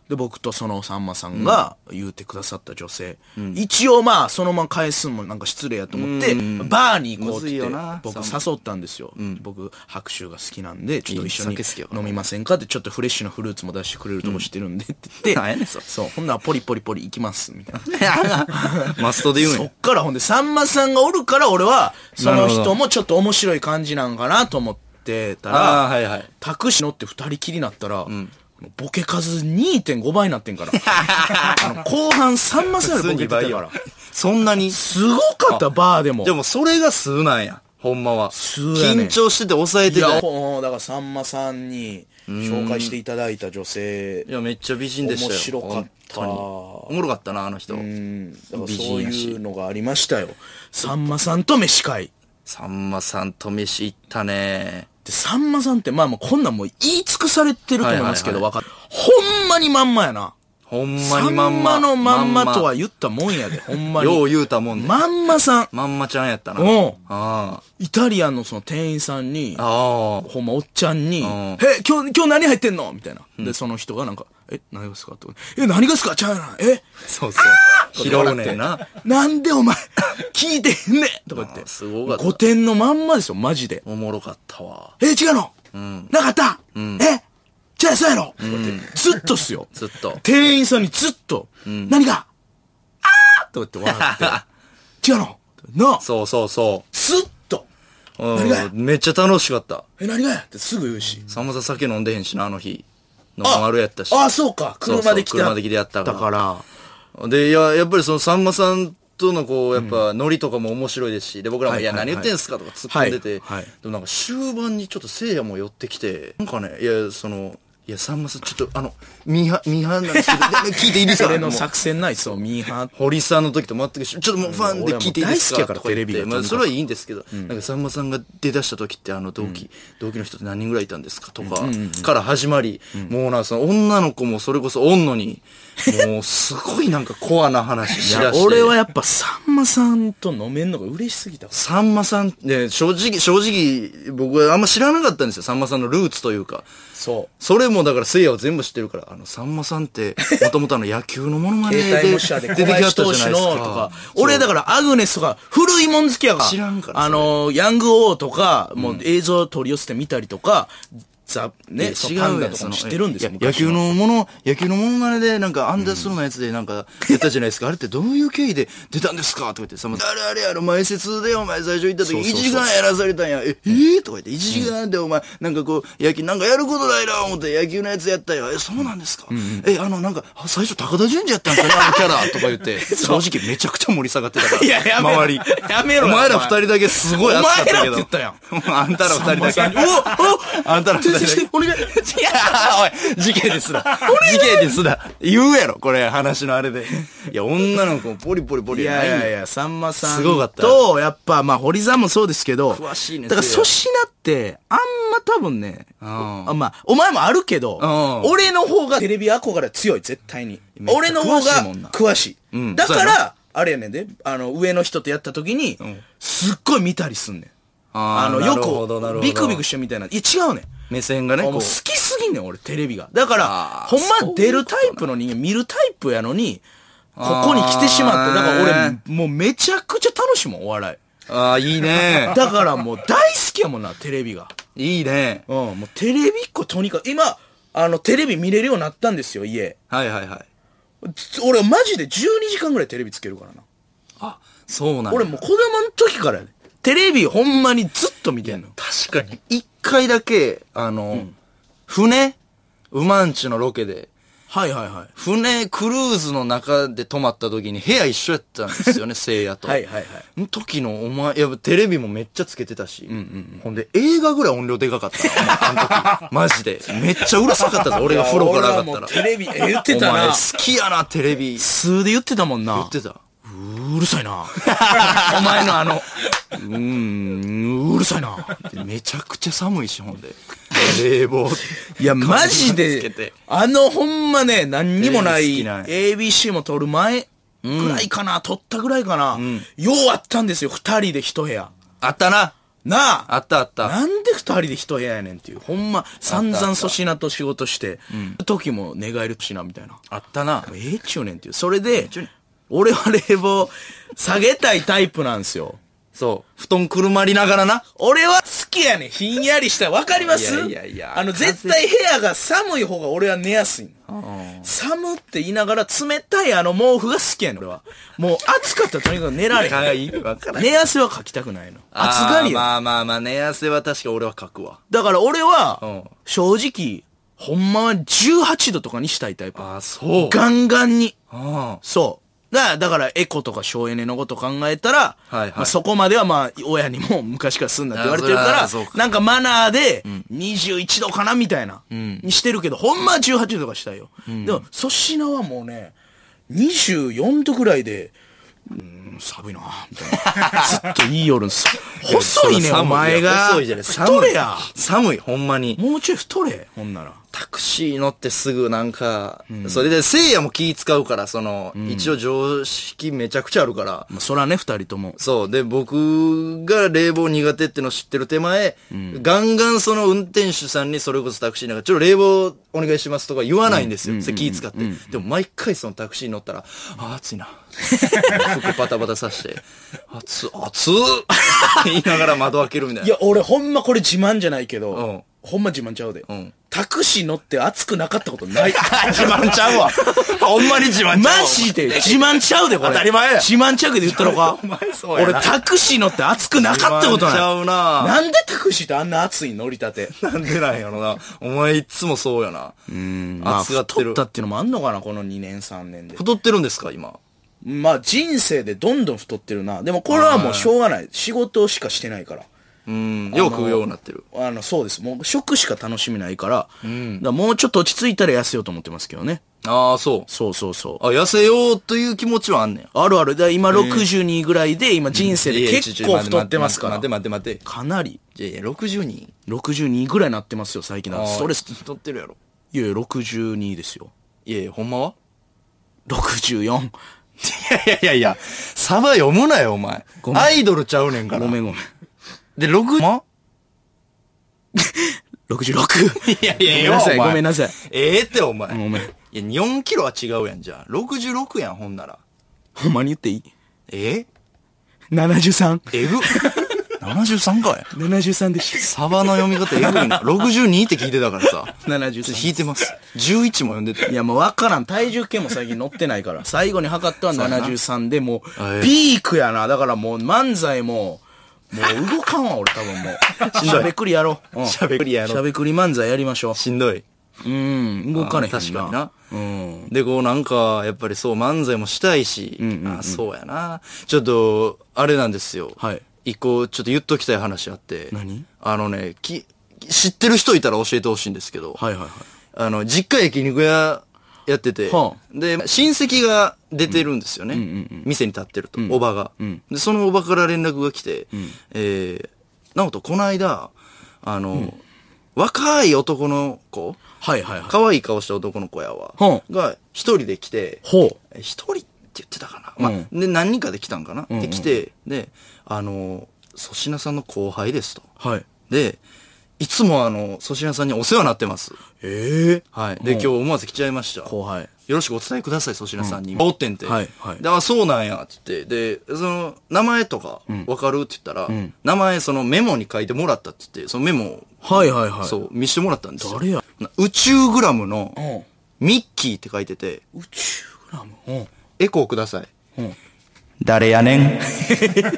S2: で、僕とそのさんまさんが言うてくださった女性、一応まあ、そのまま返すんもなんか失礼やと思って、バーに行こうっ
S1: むずい
S2: て
S1: よな
S2: 僕
S1: さんま
S2: 誘ったんですよ。僕、白州が好きなんで、ちょっと一緒
S1: いい
S2: に
S1: 酒好きよ
S2: 飲みませんかって、ちょっとフレッシュなフルーツも出してくれるとこ知ってるんで、って言って、
S1: なんやねんそれ
S2: そう、ほんならポリポリポリ行きます、みたいな。
S1: マストで言うん
S2: そ
S1: や
S2: っ。からほんで、さんまさんがおるから俺は、そ
S1: な
S2: の
S1: るほど
S2: 人もちょっと面白い感じなんかなと思ってた
S1: ああ、
S2: ら、
S1: はいはい。
S2: タクシー乗って二人きりになったら、ボケ数2.5倍になってん から。あの後半さんまさんよりボケてたから。
S1: そんなに
S2: すごかった、バーでも。
S1: でもそれが数なんや。ほんまは。
S2: 数やねん
S1: 緊張してて抑え
S2: い
S1: てた。
S2: や、
S1: い
S2: ほんだからさんまさんに紹介していただいた女性、
S1: や、めっちゃ美人でしたよ。
S2: 面白かった
S1: 本当におもろかったな、あの人。
S2: うん、だから
S1: 美
S2: そ
S1: 人
S2: う
S1: や
S2: い
S1: し
S2: う。のがありましたよ。さんまさんと飯会。
S1: さんまさんと飯行ったね。
S2: で、さんまさんって、まあまあこんなんもう言い尽くされてると思いますけど、
S1: は
S2: わかる。ほんまにまんまやな。
S1: ほんま
S2: さ
S1: に
S2: ん
S1: まんま。
S2: まのまんまとは言ったもんやで、ほんま
S1: よう
S2: に。
S1: 言うたもんね。
S2: まんまさん、
S1: まんまちゃんやったな。
S2: うん
S1: あ
S2: イタリアンのその店員さんに
S1: あ。、ああ。
S2: ほんまおっちゃんに、え、今日、今日何入ってんのみたいな。で、その人がなんか、え、何がですかってえ、何がですかちゃうやな。え
S1: そう そう。拾うねんな。。
S2: なんでお前、 聞いてへんねんとか言って。
S1: あすごかった
S2: 古典のまんまですよ、マジで。
S1: おもろかったわ。
S2: え、違うの、なかった、えじゃあ、そうやろ、ずっとっすよ。
S1: ずっと
S2: 店員さんにずっと、何があーとか言って笑 って。違うのなあ
S1: そうそうそ
S2: ずっと
S1: う。
S2: 何がや
S1: うん。めっちゃ楽しかった。
S2: え、何がやってすぐ言うし。
S1: さんまさん酒飲んでへんしな、あの日。ノンアルやったし。
S2: ああ、そうか。
S1: そうそう
S2: 車で来て
S1: 車で来てやったか
S2: だ
S1: ら
S2: から。
S1: で、いや、やっぱりそのさんまさんとのこう、やっぱ、ノリとかも面白いですし、で、僕らも、
S2: はいい
S1: や、
S2: はいは
S1: 何
S2: い
S1: 言ってんすかとか突っ込んでて、
S2: はいはい
S1: でもなんか終盤にちょっと聖夜も寄ってきて、なんかね、いや、その、いや、さんまさん、ちょっと、あの、ミーハー、ミーハーなん ですけど、聞いていいですか
S2: 俺の
S1: もう
S2: 作戦ないそうミーハーって
S1: 堀さんの時と全く一緒。ちょっともうファンで聞いていいですか
S2: 俺はもう大好きやから
S1: と言って
S2: テレビが
S1: まあ、それはいいんですけど、なんかさんまさんが出だした時って、あの、同期、同期の人って何人ぐらいいたんですかとか、から始まり、もうなんかその女の子もそれこそおんのに、もうすごいなんかコアな話し
S2: いや
S1: だして。
S2: 俺はやっぱさんまさんと飲めんのが嬉しすぎたわ
S1: さんまさんって、正直、正直、僕はあんま知らなかったんですよ。さんまさんのルーツというか。
S2: そ
S1: それもだからせいやは全部知ってるから、あの、さんまさんって、もともとあの野球のものまね
S2: う
S1: で
S2: 携帯模写で
S1: 出て
S2: 小
S1: きはった
S2: 林
S1: じゃない
S2: 投
S1: です
S2: 手のと
S1: か
S2: か。俺だからアグネスとか古いもん好きやから
S1: 知らんからそれ
S2: あのヤング王とかもう映像取り寄せて見たりとか
S1: い
S2: ザ
S1: や
S2: ねそ
S1: 違
S2: のパ
S1: うや
S2: ンダ
S1: ん
S2: とか
S1: そ
S2: も
S1: の
S2: 知ってるんですよ
S1: いや野
S2: 昔
S1: 球のもの、野球のものまねで、なんか、アンダースローのやつで、なんか、やったじゃないですか。あれってどういう経緯で出たんですかとか言って、さんまさん、あれあれあれ、前説でお前最初行った時、
S2: そうそう
S1: 1
S2: そう
S1: 時間やらされたんや。え、えーとか言って、1時間でお前、なんかこう、野球、なんかやることないな、思って、野球のやつやったよ。え、そうなんですかえ、あの、なんか、あ最初高田純次やったんかな、あのキャラ、とか言って、 正直めちゃくちゃ盛り下がってたから、
S2: いややめろ
S1: 周り。
S2: やめろ
S1: お
S2: よ
S1: 前ら
S2: お
S1: 二
S2: 前
S1: 人だけすごい熱かったけど。
S2: お前らって言ったやん
S1: あんたら二人だけ。
S2: さんまさんにお お
S1: あんたら二人だけ
S2: 先生お願い
S1: いやー、おい、事件ですな。事件ですな。言うやろ、これ、話のあれで。いや、女の子もポリポリポリ
S2: い
S1: やな
S2: や
S1: い
S2: い
S1: んだ
S2: やいや、さんまさん
S1: すごかった
S2: と、やっぱ、まあ、堀さんもそうですけど、
S1: 詳しいね
S2: だから、
S1: せいや
S2: 粗品って、あんま多分ね、
S1: ん
S2: あまあ、お前もあるけど
S1: うん、
S2: 俺の方がテレビ憧れ強い、絶対に。
S1: めっちゃ
S2: 俺の方
S1: 詳しい
S2: が
S1: もんな
S2: 詳し
S1: う
S2: い。
S1: ん
S2: だか
S1: そうや
S2: ら、あれやねんで、あの、上の人とやった時に、すっごい見たりすんねん。
S1: あー
S2: あの、
S1: なるほどなるほど
S2: よく、ビクビクしてみたいな。いや、違うねん。
S1: 目線がね、
S2: もう
S1: こ
S2: 好
S1: う。
S2: きすぎんねん、俺、テレビが。だから
S1: あ、ー
S2: ほんま出るタイプの人間、見るタイプやのに、ここに来てしまって、だから
S1: あー
S2: 俺
S1: ね、
S2: もうめちゃくちゃ楽しいもん、お笑い。
S1: ああ、いい ね。
S2: だからもう大好きやもんな、テレビが。
S1: いいね。
S2: うん、もうテレビっ子とにかく、今、あの、テレビ見れるようになったんですよ、家。
S1: はいはいはい。
S2: つ俺、マジで12時間ぐらいテレビつけるからな。
S1: あ、そうなん俺、
S2: 俺もう子供の時からやでテレビほんまにずっと見てんの。
S1: 確かに、一回だけ、あの、船うまんちのロケで、
S2: はいはいはい。
S1: 船、クルーズの中で泊まった時に部屋一緒やったんです よね、聖夜と。
S2: はいはいはい。
S1: の時のお前、いや、テレビもめっちゃつけてたし、ほんで、映画ぐらい音量でかかったな、お前あの 時。マジで。めっちゃうるさかったぞ、俺が風呂から上がっ
S2: いや俺はも
S1: たら。
S2: うテレビ、え言ってた
S1: お前
S2: な
S1: 好。きやな、テレビ。言
S2: 数で言ってたもんな。
S1: ってた。
S2: うるさいな。お前のあの、うーん、うるさいな。
S1: めちゃくちゃ寒いし、ほんで。冷房。
S2: いや、マジ
S1: つけて
S2: で、あの、ほんまね、何にもな
S1: テレビ
S2: い、
S1: 好きなんや
S2: ABC も撮る前ぐらいかな、撮ったぐらいかな、ようあったんですよ、二人で一部屋。
S1: あったな。
S2: なあ
S1: あったあった。
S2: なんで二人で一部屋やねんっていう。ほんま、散々粗品と仕事して、時も寝返るしな、みたいな。
S1: あったな。
S2: もうええっちゅうねんっていう。それで、俺は冷房下げたいタイプなんですよ。
S1: そう。布団くるまりながらな。
S2: 俺は好きやねん。ひんやりしたい。わかります
S1: いやいやいや
S2: あの、
S1: 風
S2: 絶対部屋が寒い方が俺は寝やすいの。寒って言いながら冷たいあの毛布が好きやねん、俺は。もう暑かったらとにかく寝られへん。
S1: い、わか
S2: 寝汗はかきたくないの。暑がりやねん。
S1: まあまあまあ、寝汗は確か俺はかくわ。
S2: だから俺は
S1: うん、
S2: 正直、ほんまは18度とかにしたいタイプ。
S1: ああ、そう。
S2: ガンガンに。
S1: うん。
S2: そう。だから、だからエコとか省エネのこと考えたら、
S1: はいはい
S2: まあ、そこまではまあ、親にも昔からすんなって言われてるか
S1: あ
S2: ら、
S1: そうか
S2: なんかマナーで、21度かなみたいな、にしてるけど、ほんまは18度とかしたいよ。でも、粗品はもうね、24度ぐらいで、うーん、寒いなみたい な。ずっと言いよるんですよ。細いね、お前が。
S1: 細いじゃない
S2: 太れや。
S1: 寒い、ほんまに。
S2: もうちょい太れ、ほんなら。
S1: タクシー乗ってすぐなんか、それで、聖夜も気使うから、その、一応常識めちゃくちゃあるから、
S2: まあ、そらね、二人とも。
S1: そう。で、僕が冷房苦手っての知ってる手前、ガンガンその運転手さんにそれこそタクシーなんか、ちょっと冷房お願いしますとか言わないんですよ。それ気使って。でも毎回そのタクシーに乗ったら、あー、暑い な。服バタバタさして、暑、暑っ って言いながら窓開けるみたいな。
S2: いや、俺ほんまこれ自慢じゃないけど、
S1: うん
S2: ほんま自慢ちゃうで、
S1: ん
S2: タクシー乗って暑くなかったことない。
S1: 自慢ちゃうわ。ほんまに自慢ちゃうわ。
S2: マジで自慢ちゃうで、これ。
S1: 当たり前や
S2: 自慢ちゃうけど言ったのか。
S1: そうやな
S2: 俺タクシー乗って暑くなかったこと
S1: 自慢ちゃ
S2: な
S1: う
S2: い。
S1: な
S2: なんでタクシーってあんな暑いの乗りたて。
S1: なんでなんやろな。お前いつもそうやな。うん暑がって
S2: 取
S1: る
S2: っ。たっていうのもあんのかな、この2年3年で。
S1: 太ってるんですか、今。
S2: まあ人生でどんどん太ってるな。でもこれはもうしょうがない。仕事しかしてないから。
S1: うん。よう食うようになってる。
S2: あの、そうです。もう食しか楽しみないから、だからもうちょっと落ち着いたら痩せようと思ってますけどね。
S1: ああ、そう。
S2: そうそうそう。
S1: あ、痩せようという気持ちはあんねん。
S2: あるある。だから今62ぐらいで、今人生で結構太ってますから
S1: 待って。待って待って。
S2: かなり。
S1: いやいや、60人。
S2: 62ぐらいなってますよ、最近だからストレス。
S1: 太ってるやろ。
S2: いやいや、62ですよ。
S1: いやいや、ほんまは
S2: 64。
S1: いやいやいや、サバ読むなよ、お前。
S2: ごめん
S1: アイドルちゃうねんか
S2: ご
S1: ら。
S2: めんごめん。
S1: で、6、ま
S2: 66。
S1: いやいや
S2: ごめんなさい、
S1: お前
S2: ごめんなさい。
S1: ええって、お前。
S2: ごめん。
S1: いや、4キロは違うやん、じゃあ。66やん、ほんなら。
S2: ほんまに言っていい
S1: え
S2: ?73。
S1: え ぐ。73かい。
S2: 73でし
S1: サバの読み方えぐいな。62って聞いてたからさ。
S2: た。73。
S1: 引いてます。11も読んでた。
S2: いやもう分からん。体重計も最近乗ってないから。最後に測ったは
S1: うやな
S2: 73で、も
S1: あええ
S2: う、ピークやな。だからもう漫才も、もう動かんわ、俺多分も う。
S1: しん
S2: し
S1: どい
S2: ゃべくりやろう。うん
S1: しゃべくりやろ
S2: しゃべくり漫才やりましょ
S1: しんどい。
S2: う。うん、動かねへんな。
S1: あー確かにな
S2: うん。
S1: で、こうなんか、やっぱりそう漫才もしたいし、あそうやな。ちょっと、あれなんですよ。
S2: はい。
S1: 一個、ちょっと言っときたい話あって。
S2: 何
S1: あのね、き、知ってる人いたら教えてほしいんですけど、
S2: はいはいはい。
S1: あの、実家焼肉屋やってて、
S2: はあ
S1: で、親戚が出てるんですよね。店に立ってると、おばが、で、そのおばから連絡が来て、えー、なおとこの間、あの、若い男の子、
S2: はいはいはい。
S1: 可愛い顔した男の子やわ。
S2: はあ
S1: が、一人で来て、
S2: ほう。
S1: え一人って言ってたかな。まあ、で、何人かで来たんかな。で、来て、で、あの、粗品さんの後輩ですと。
S2: はい。
S1: で、いつもあの、粗品さんにお世話になってます。
S2: ええ
S1: はい。で、今日思わず来ちゃいました。
S2: 後輩。
S1: よろしくお伝えください、粗品さんに。おってんて。
S2: はいはい
S1: で、あ、そうなんや、つって。で、その、名前とか、わかるって言ったら、名前、そのメモに書いてもらったって言って、そのメモを、
S2: はいはいはい。
S1: そう、見してもらったんですよ。
S2: 誰や
S1: な宇宙グラムの、
S2: う
S1: ミッキーって書いてて、
S2: ん。宇宙グラム。うん。
S1: エコーください。
S2: うん
S1: 誰やねん。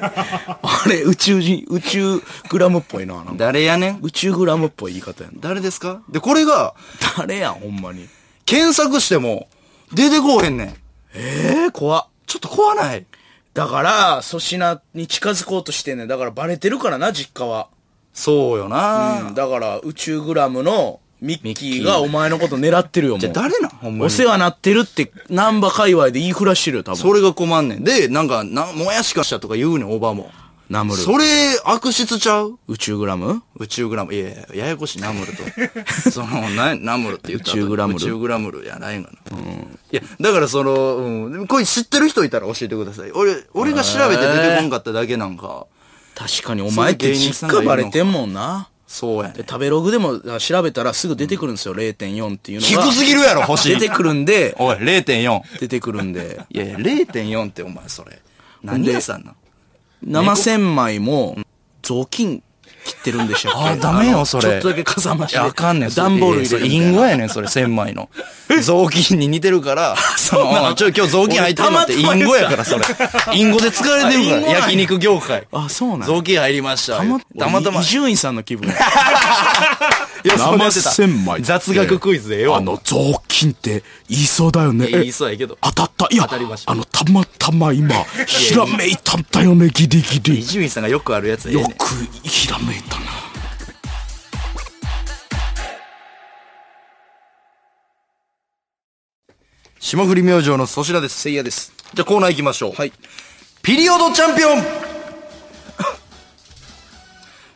S2: あれ、宇宙人、宇宙グラムっぽいな。なんか
S1: 誰やねん。
S2: 宇宙グラムっぽい言い方やな。
S1: 誰ですかで、これが、
S2: 誰やん、ほんまに。
S1: 検索しても、出てこうへんねん。
S2: ええ怖っ。
S1: ちょっと怖ない。
S2: だから、粗品に近づこうとしてんねんだからバレてるからな、実家は。
S1: そうよな、
S2: うん。だから、宇宙グラムのミッキ
S1: ミッキ
S2: ー
S1: ー
S2: がお前のこと狙ってるよ、もう。
S1: じゃあ誰なんほんま
S2: お
S1: に。
S2: 世話なってるって、ナンバ界隈で言いふらしてるよ、多分。
S1: それが困んねん。で、なんか、な、もやしかしたとか言うねん、おばも。
S2: ナムル。
S1: それ、悪質ちゃう
S2: 宇宙グラム
S1: 宇宙グラム。いやいや、ややこしい、ナムル と。その、な、ナムルって言った後
S2: 宇宙グラムル
S1: 宇宙グラムルやないんかな。いや、だからその、うんでも、これ知ってる人いたら教えてください。俺、俺が調べて出てこんかっただけなんか、
S2: 確かに、お
S1: そう
S2: 前っ
S1: い
S2: て
S1: う芸人
S2: 実
S1: さんがい
S2: 家
S1: るの
S2: バ
S1: か
S2: レてんもんな。
S1: そうやねん
S2: で、。食べログでもあ調べたらすぐ出てくるんですよ、0.4っていうの
S1: 低
S2: が。
S1: すぎるやろ、星。
S2: 出てくるんで、
S1: おい、0.4。
S2: 出てくるんで。
S1: いやいや、0.4ってお前それ。何屋さんなん
S2: 生千枚も雑巾切ってるんでしたっけ
S1: あーダメよ
S2: の
S1: それ
S2: ちょっとだけかさ増し
S1: いや、あかんねん。それ
S2: 段ボール入れるみたいな
S1: インゴやねん、それ、千枚の。雑巾に似てる から、その、ちょ、今日雑巾入ってるのってイ
S2: 俺たまたま
S1: ンゴやから、それ。インゴで使われてる
S2: あインゴ
S1: か
S2: なん
S1: ら、
S2: や
S1: 焼肉業界。
S2: あそうなん
S1: 雑巾入りました。
S2: たま
S1: たまたま。
S2: 伊集院さんの気分
S1: いやそんなやってた
S2: 生千枚
S1: 雑学クイズでええわ。
S2: あの雑巾って言いそうだよね
S1: いや
S2: え
S1: 言いそうやけど。
S2: 当たったいや
S1: 当たりました
S2: あのたまたま 今ひらめいたんだよねギリギ
S1: 伊
S2: リ
S1: 集院さんがよくあるやつええね
S2: よ
S1: ん
S2: くひらめいたな
S1: 霜降り明星の粗品です。せいやです。じゃあコーナー行きましょう。はい。ピリオドチャン ピオン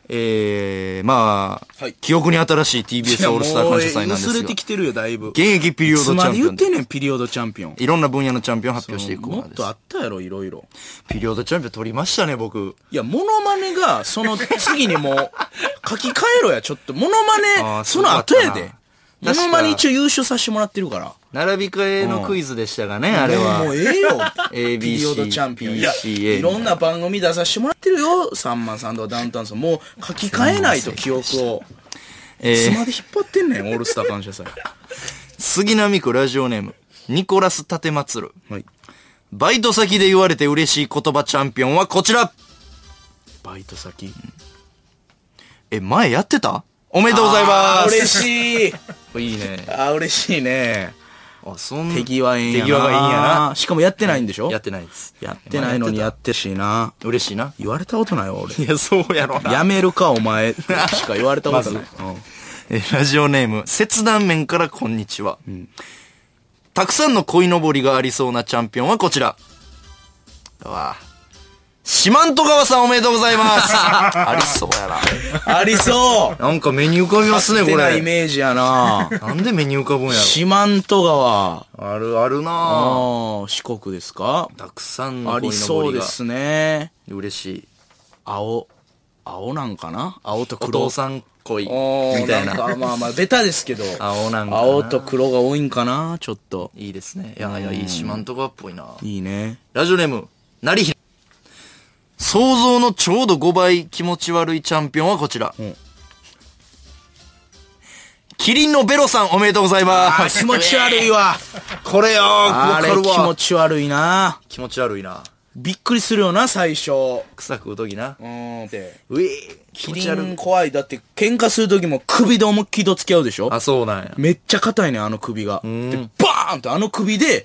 S1: えー、まあ、
S2: はい
S1: 記憶に新しい TBS オールスター感謝祭なんで
S2: もう薄
S1: す
S2: れ
S1: が、
S2: て
S1: 現
S2: きてるよだいぶ
S1: 役ピリオドチ
S2: つま
S1: ャン
S2: で
S1: ピオ
S2: 言っ
S1: ンで
S2: てんねんピリオドチャンピオン
S1: いろんな分野のチャンピオンを発表していくコー
S2: も
S1: ナー
S2: っ
S1: です
S2: とあ。ったやろいろいろ
S1: ピリオドチャンピオン取りましたね、僕。
S2: いや、モノマネが、その次にもう、書き換えろや、ちょっと。モノマ
S1: あ
S2: ネ、
S1: ー
S2: その後やで。
S1: そうだったな
S2: モノマネ一応優勝させてもらってるから。
S1: 並び替えのクイズでしたがね、あれは。
S2: もうえ えよ。
S1: ABC
S2: ピリオドチャンピオン。いや
S1: PCA
S2: いろんな番組出させてもらってるよ。さんまさんとかダウンタウンさん。もう書き換えないと記憶を。
S1: え
S2: つ
S1: ー、
S2: まで引っ張ってんねん、オールスター感謝祭。
S1: 杉並区ラジオネーム、ニコラス立松る。
S2: はい。
S1: バイト先で言われて嬉しい言葉チャンピオンはこちら
S2: バイト先。
S1: え、前やってたおめでとうございま
S2: あー
S1: す。
S2: 嬉しい。
S1: いいね。
S2: あー、嬉しいね。
S1: あ、そん
S2: 手際ええんやな。
S1: 手際がいいんやな。
S2: しかもやってないんでしょ
S1: やってないです。
S2: やってないのにやってしな。
S1: 嬉しいな。
S2: 言われたことないわ、俺。
S1: いや、そうやろうな。
S2: やめるか、お前。しか言われたことない。うん
S1: えーラジオネーム、切断面からこんにちは。たくさんの鯉のぼりがありそうなチャンピオンはこちら。うわあ四万十川さんおめでとうござい ます。ありそうやな。
S2: ありそう
S1: なんか目に浮かびますね、こ
S2: 出ないイ
S1: れ。
S2: メージや な
S1: なんで目に浮かぶんや
S2: 四万十川。
S1: ろ。あるあるなあ
S2: ああ、四国ですか
S1: たくさんの
S2: あ
S1: 鯉
S2: り
S1: のぼ
S2: そう
S1: り
S2: で
S1: が。
S2: すね。
S1: 嬉しい。
S2: 青。青なんかな青
S1: お
S2: と黒。
S1: 父さん鯉。み
S2: おー
S1: たいな。
S2: んかまあまあ、ベタですけど。
S1: 青なんかな
S2: 青と黒が多いんかなちょっと。
S1: いいですね。いやいや、いい四万十川っぽいな。
S2: いいね。
S1: ラジオネーム、なりひら。想像のちょうど5倍気持ち悪いチャンピオンはこちら。
S2: ん
S1: キリンのベロさんおめでとうござい
S2: あ
S1: ま
S2: ー
S1: す。
S2: 気持ち悪いわ。
S1: これよー、
S2: あ
S1: わか
S2: れ
S1: る
S2: 気持
S1: わ。
S2: ち悪いな。
S1: 気持ち悪いな。
S2: びっくりするよな、最初。
S1: 臭くうときな
S2: う。ーんって。
S1: うえー気
S2: キ
S1: 持
S2: リ
S1: ち悪
S2: ン
S1: い。
S2: 怖い。だって、喧嘩するときも首で思いっきりどつき合うでしょ
S1: あ、そうなんや。
S2: めっちゃ硬いね、あの首が。
S1: ん
S2: で、バーンってあの首で、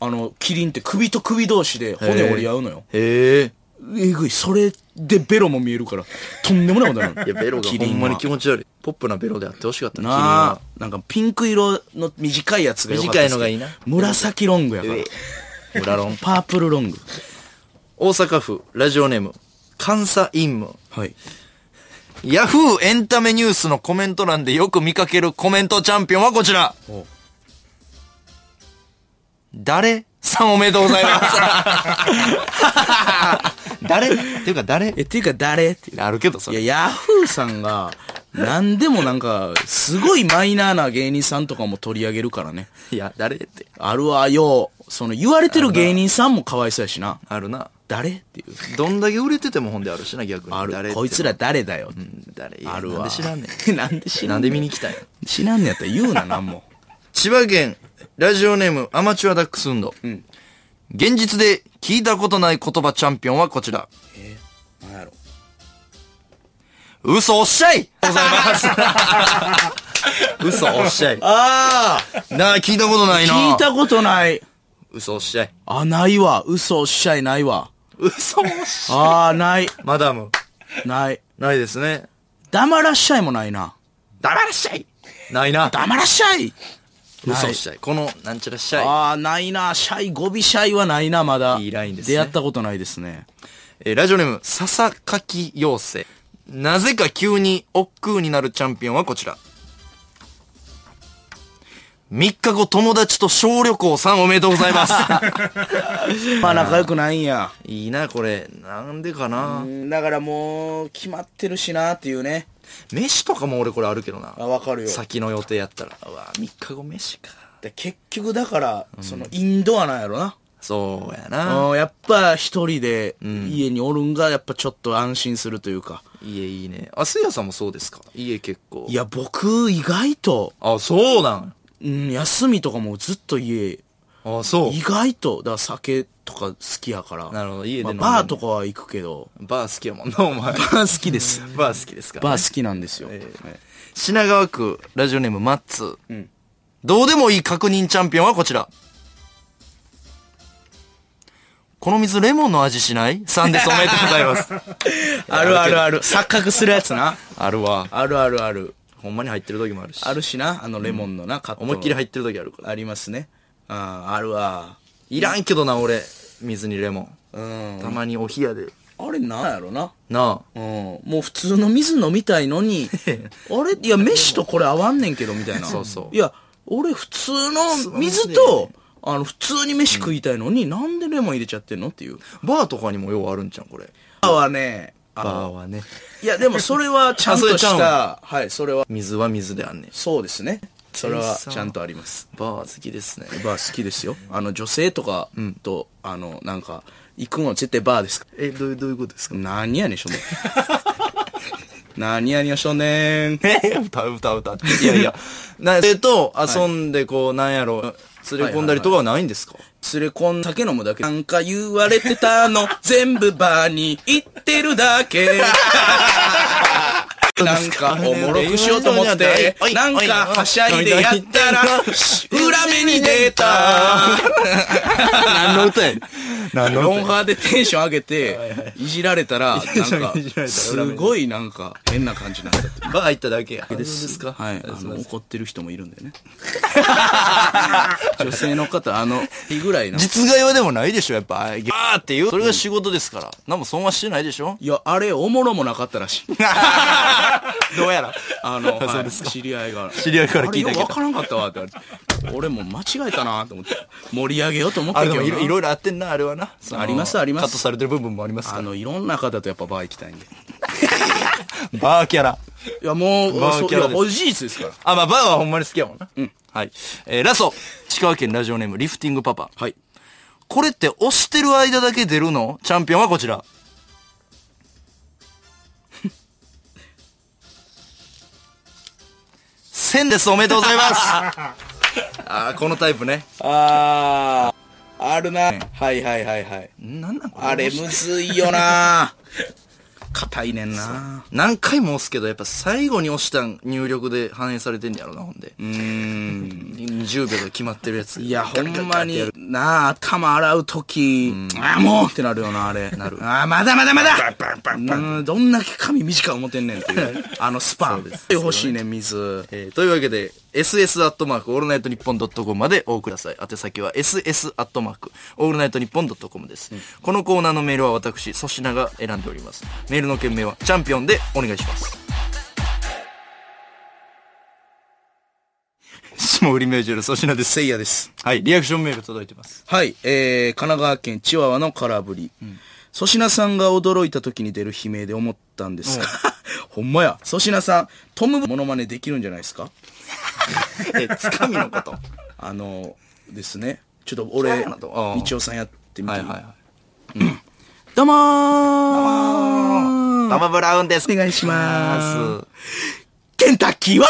S2: あの、キリンって首と首同士で骨折り合うのよ。
S1: へえ。
S2: えぐい。それでベロも見えるから、とんでもないことにな る。
S1: いや、ベロがほんまに気
S2: 持ち
S1: 持ち悪い。ポップなベロであってほしかったな、キリン
S2: なあ
S1: は。
S2: なんかピンク色の短いやつが良かったですけど
S1: 短いのがいいな
S2: 紫ロングやから
S1: う。え裏論。
S2: パープルロング。
S1: 大阪府、ラジオネーム、監査陰務。
S2: はい。
S1: ヤフーエンタメニュースのコメント欄でよく見かけるコメントチャンピオンはこちら
S2: お
S1: 誰さんおめでとうございます 誰っていうか誰
S2: え、っていうか誰っていう
S1: あるけどそ
S2: い
S1: れ。
S2: や、ヤフーさんが、何でもなんか、すごいマイナーな芸人さんとかも取り上げるからね。
S1: いや、誰って。
S2: あるわよ。その、言われてる芸人さんもかわいそうやしな。
S1: あるな。
S2: 誰っていう。
S1: どんだけ売れててもほんであるしな、逆に。
S2: あ
S1: 誰っ
S2: る。
S1: て
S2: こいつら誰だよ。
S1: 誰
S2: ある
S1: なん
S2: わ。
S1: で知らんねん。
S2: ん。 なんで知ら
S1: なんん
S2: ね
S1: で
S2: ん。
S1: 見に来たんや。
S2: 知らんねんやったら言うな、なんも。
S1: 千葉県、ラジオネーム、アマチュアダックスンド。現実で聞いたことない言葉チャンピオンはこちら。
S2: なんやろ。
S1: 嘘おっしゃいございます。 嘘おっしゃい。
S2: あ
S1: なあ、聞いたことないな。
S2: あ聞いたことない。
S1: 嘘おっしゃい。
S2: あ、ないわ。嘘おっしゃいないわ。
S1: 嘘おっしゃい。
S2: ああ、ない。
S1: マダム。
S2: ない。
S1: ないですね。
S2: 黙らっしゃいもないな。
S1: 黙らっしゃいないな。
S2: 黙らっしゃい
S1: 嘘おっしゃい。この、なんちゃらっしゃい。
S2: ああ、ないな。シャイ、語尾シャイはないな、まだ。
S1: いいラインですね
S2: 出会ったことないですね。
S1: えーラジオネーム、笹柿妖精。なぜか急に億劫になるチャンピオンはこちら。3日後友達と小旅行さんおめでとうござい ます。
S2: まあ、仲良くないんや。
S1: いいな、これ。なんでか
S2: う
S1: なん
S2: だからもう、決まってるしなっていうね。
S1: 飯とかも俺これあるけどな。
S2: あわかるよ
S1: 先の予定やったら。うわ、3日後飯か。
S2: で結局だから、その、インドアなんやろな。
S1: そうやな。
S2: うん、やっぱ一人で家におるんがやっぱちょっと安心するというか。
S1: 家いいね。あ、せいやさんもそうですか家結構。
S2: いや、僕意外と、
S1: あ、そうなん
S2: うん、休みとかもずっと家、
S1: あ、そう
S2: 意。外と、だから酒とか好きやから。
S1: なるほど家で飲んでんの
S2: まあバーとかは行くけど。
S1: バー好きやもんな、お前。
S2: バー好きです。
S1: バー好きですか
S2: バー好きなんですよ。はい
S1: 品川区、ラジオネーム、マッツ。どうでもいい確認チャンピオンはこちら。この水レモンの味しないさんです。おめでとうござい ます。
S2: あるあるある。錯覚するやつ な。
S1: あるわ。
S2: あるあるある。
S1: ほんまに入ってる時もあるし。
S2: あるしな、あのレモンのな、カット
S1: 思いっきり入ってる時あるから。
S2: ありますね。ああ、あるわ。
S1: いらんけどな、俺。水にレモン。
S2: うん。
S1: たまにお冷やで。
S2: あれなんやろな。
S1: な
S2: うん、もう普通の水飲みたいの に、あれいや、飯とこれ合わんねんけど、みたいな。
S1: そうそう
S2: や、俺普通の水と、あの、普通に飯食いたいのに、なんでレモン入れちゃってんのっていう。
S1: あ。バーとかにもようあるんじゃん、これ。
S2: バーはね、あの、
S1: バーはね。
S2: いや、でもそれはちゃん とし
S1: あそれちゃ
S2: た、はい、それは、
S1: 水は水であんねん。
S2: そうですね。それは
S1: 天才
S2: ちゃんとあります。
S1: バー好きですね。
S2: バー好きですよ。あの、女性とかと、あの、なんか、行くのは絶対バーですか。
S1: え、どういう、どういうことですから
S2: 何やねん、し ょんねん。何やねん、しょんねん。
S1: え 歌う歌う歌う。いやい や。な、えと、遊んでこう、なんやろ、連れ込んだりとかはないんですか
S2: 連れ込ん酒飲むだけ。なんか言われて たの、全部バーに行ってるだけ。なんかおもろくしようと思って、なんかはしゃいでやったら、裏目に出 た。
S1: 何の歌やねん 何の
S2: ロ
S1: 歌
S2: ン
S1: や
S2: ハーでテンション上げて、いじられたら、なん
S1: られた
S2: か、
S1: ら
S2: すごいなんか変な感じになったって。
S1: バー入っただけや。です。ですか
S2: はい、あの怒ってる人もいるんだよね 女性の方あの日ぐらいな
S1: 実害はでもないでしょ、やっぱ。あーっていう。それが仕事ですから。何も損はしてないでし ょ
S2: いやあれおもろもなかったらしい
S1: どうやら。
S2: あ の、
S1: そう
S2: はい
S1: ですか
S2: 知り合いが
S1: 知り合いから聞いたけど
S2: あれよう分からんかったわって言われて俺も間違えたなと思って盛り上げようと思っ
S1: あ
S2: た
S1: れ
S2: け
S1: で
S2: ど
S1: も
S2: な
S1: ろ
S2: い
S1: いろいろあってんな、あれはな。その
S2: ありますあります
S1: カットされてる部分もありますか
S2: あのいろんな方とやっぱバー行きたいんで
S1: ら。バーキャラ。
S2: いやもう
S1: バー
S2: そう
S1: キャラ
S2: い
S1: です
S2: やおじいつですから
S1: あ、まあ、バーはほんまに好きやもんな。うん。はい。えー、ラスト。石川県ラジオネーム、リフティングパパ。
S2: はい
S1: これって押してる間だけ出るのチャンピオンはこちら。1000です、おめでとうござい ますああ、このタイプね。
S2: あーあるなはいはいはいはい
S1: なんなんこれ
S2: あれむずい よな硬いねんな
S1: 何回も押すけど、やっぱ最後に押したん入力で反映されてんねやろな、ほんで。
S2: うーん
S1: 20秒で決まってるやつ。
S2: いや、ほん
S1: ガ
S2: まに
S1: リガリガリってやる、
S2: なあ、頭洗うとき、ああ、もうってなるよな、あれ。なる。ああ、まだまだまだうんどんだけ髪短い思ってんねんって いう。あのスパン。欲しいねん、水。
S1: えーというわけで、ss アットマークオールナイトニッポンドットコムまでお送りください。宛先は ss アットマークオールナイトニッポンドットコムです。このコーナーのメールは私、粗品が選んでおります。メールの件名はチャンピオンでお願いします。下売りメージュル粗品です。
S2: せいやです。
S1: はい、リアクションメール届いてます。
S2: はい、えー、神奈川県チワワの空振り。粗品さんが驚いた時に出る悲鳴で思ったんですが、 ほんまや、粗品さん、トムモノマネできるんじゃないですか
S1: え、つかみの こと。
S2: あのですね、ちょっと俺、
S1: そうなのうん
S2: 道夫さんやってみ
S1: は
S2: て
S1: い
S2: い
S1: はいいはい。
S2: どうもー
S1: トム・ブラウンです。。
S2: お願いしますケンタッキーは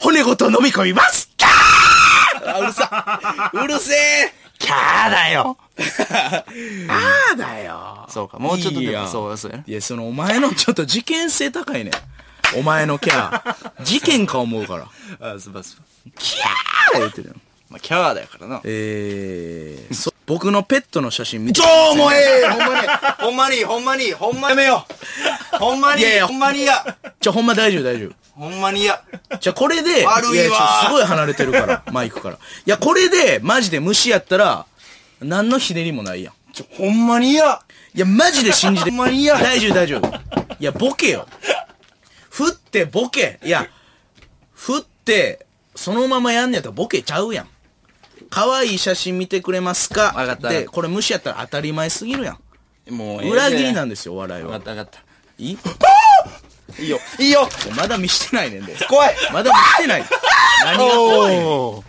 S2: 骨ごと飲み込みますキャーあうるさうるせえ
S1: キャーだよ
S2: あーだよ
S1: そうか、もうちょっと
S2: い
S1: で
S2: いや
S1: も、そうそうやね。
S2: いや、そのお前のちょっと事件性高いねんお前のキャー。事件か思うから。
S1: あ、すばすば。
S2: あー言ってるよ
S1: まあ、キャーだからな。
S2: えー、そ僕のペットの写真見て。
S1: どうもええほんまに、 ほんまに、ほんまに、ほんまやめよう。ほんまに、
S2: いやいや
S1: ほんまにや。
S2: じゃ、ほんま大丈夫大丈夫。
S1: ほんまにや。
S2: じゃあこれ
S1: 悪い
S2: で、
S1: わ
S2: やちょっとすごい離れてるから、マイクから。いや、これで、マジで虫やったら、何のひねりもないやん。
S1: ちょ、ほんまにや。
S2: いや、マジで信 じて。
S1: ほんまにや
S2: 大丈夫、大丈夫。いや、ボケよ。振ってボケ。いや、振って、そのままやんねやったらボケちゃうやん。可愛い写真見てくれますか
S1: わかった
S2: で、これ無視やったら当たり前すぎるやん。
S1: もう
S2: 裏切りなんんですよ、お笑い
S1: わか
S2: は
S1: っ。たわかっ
S2: いい
S1: た。いいよ。いいよ。
S2: まだ見してないねんで。
S1: 怖い。
S2: まだ見してない。何が怖いね ん
S1: おー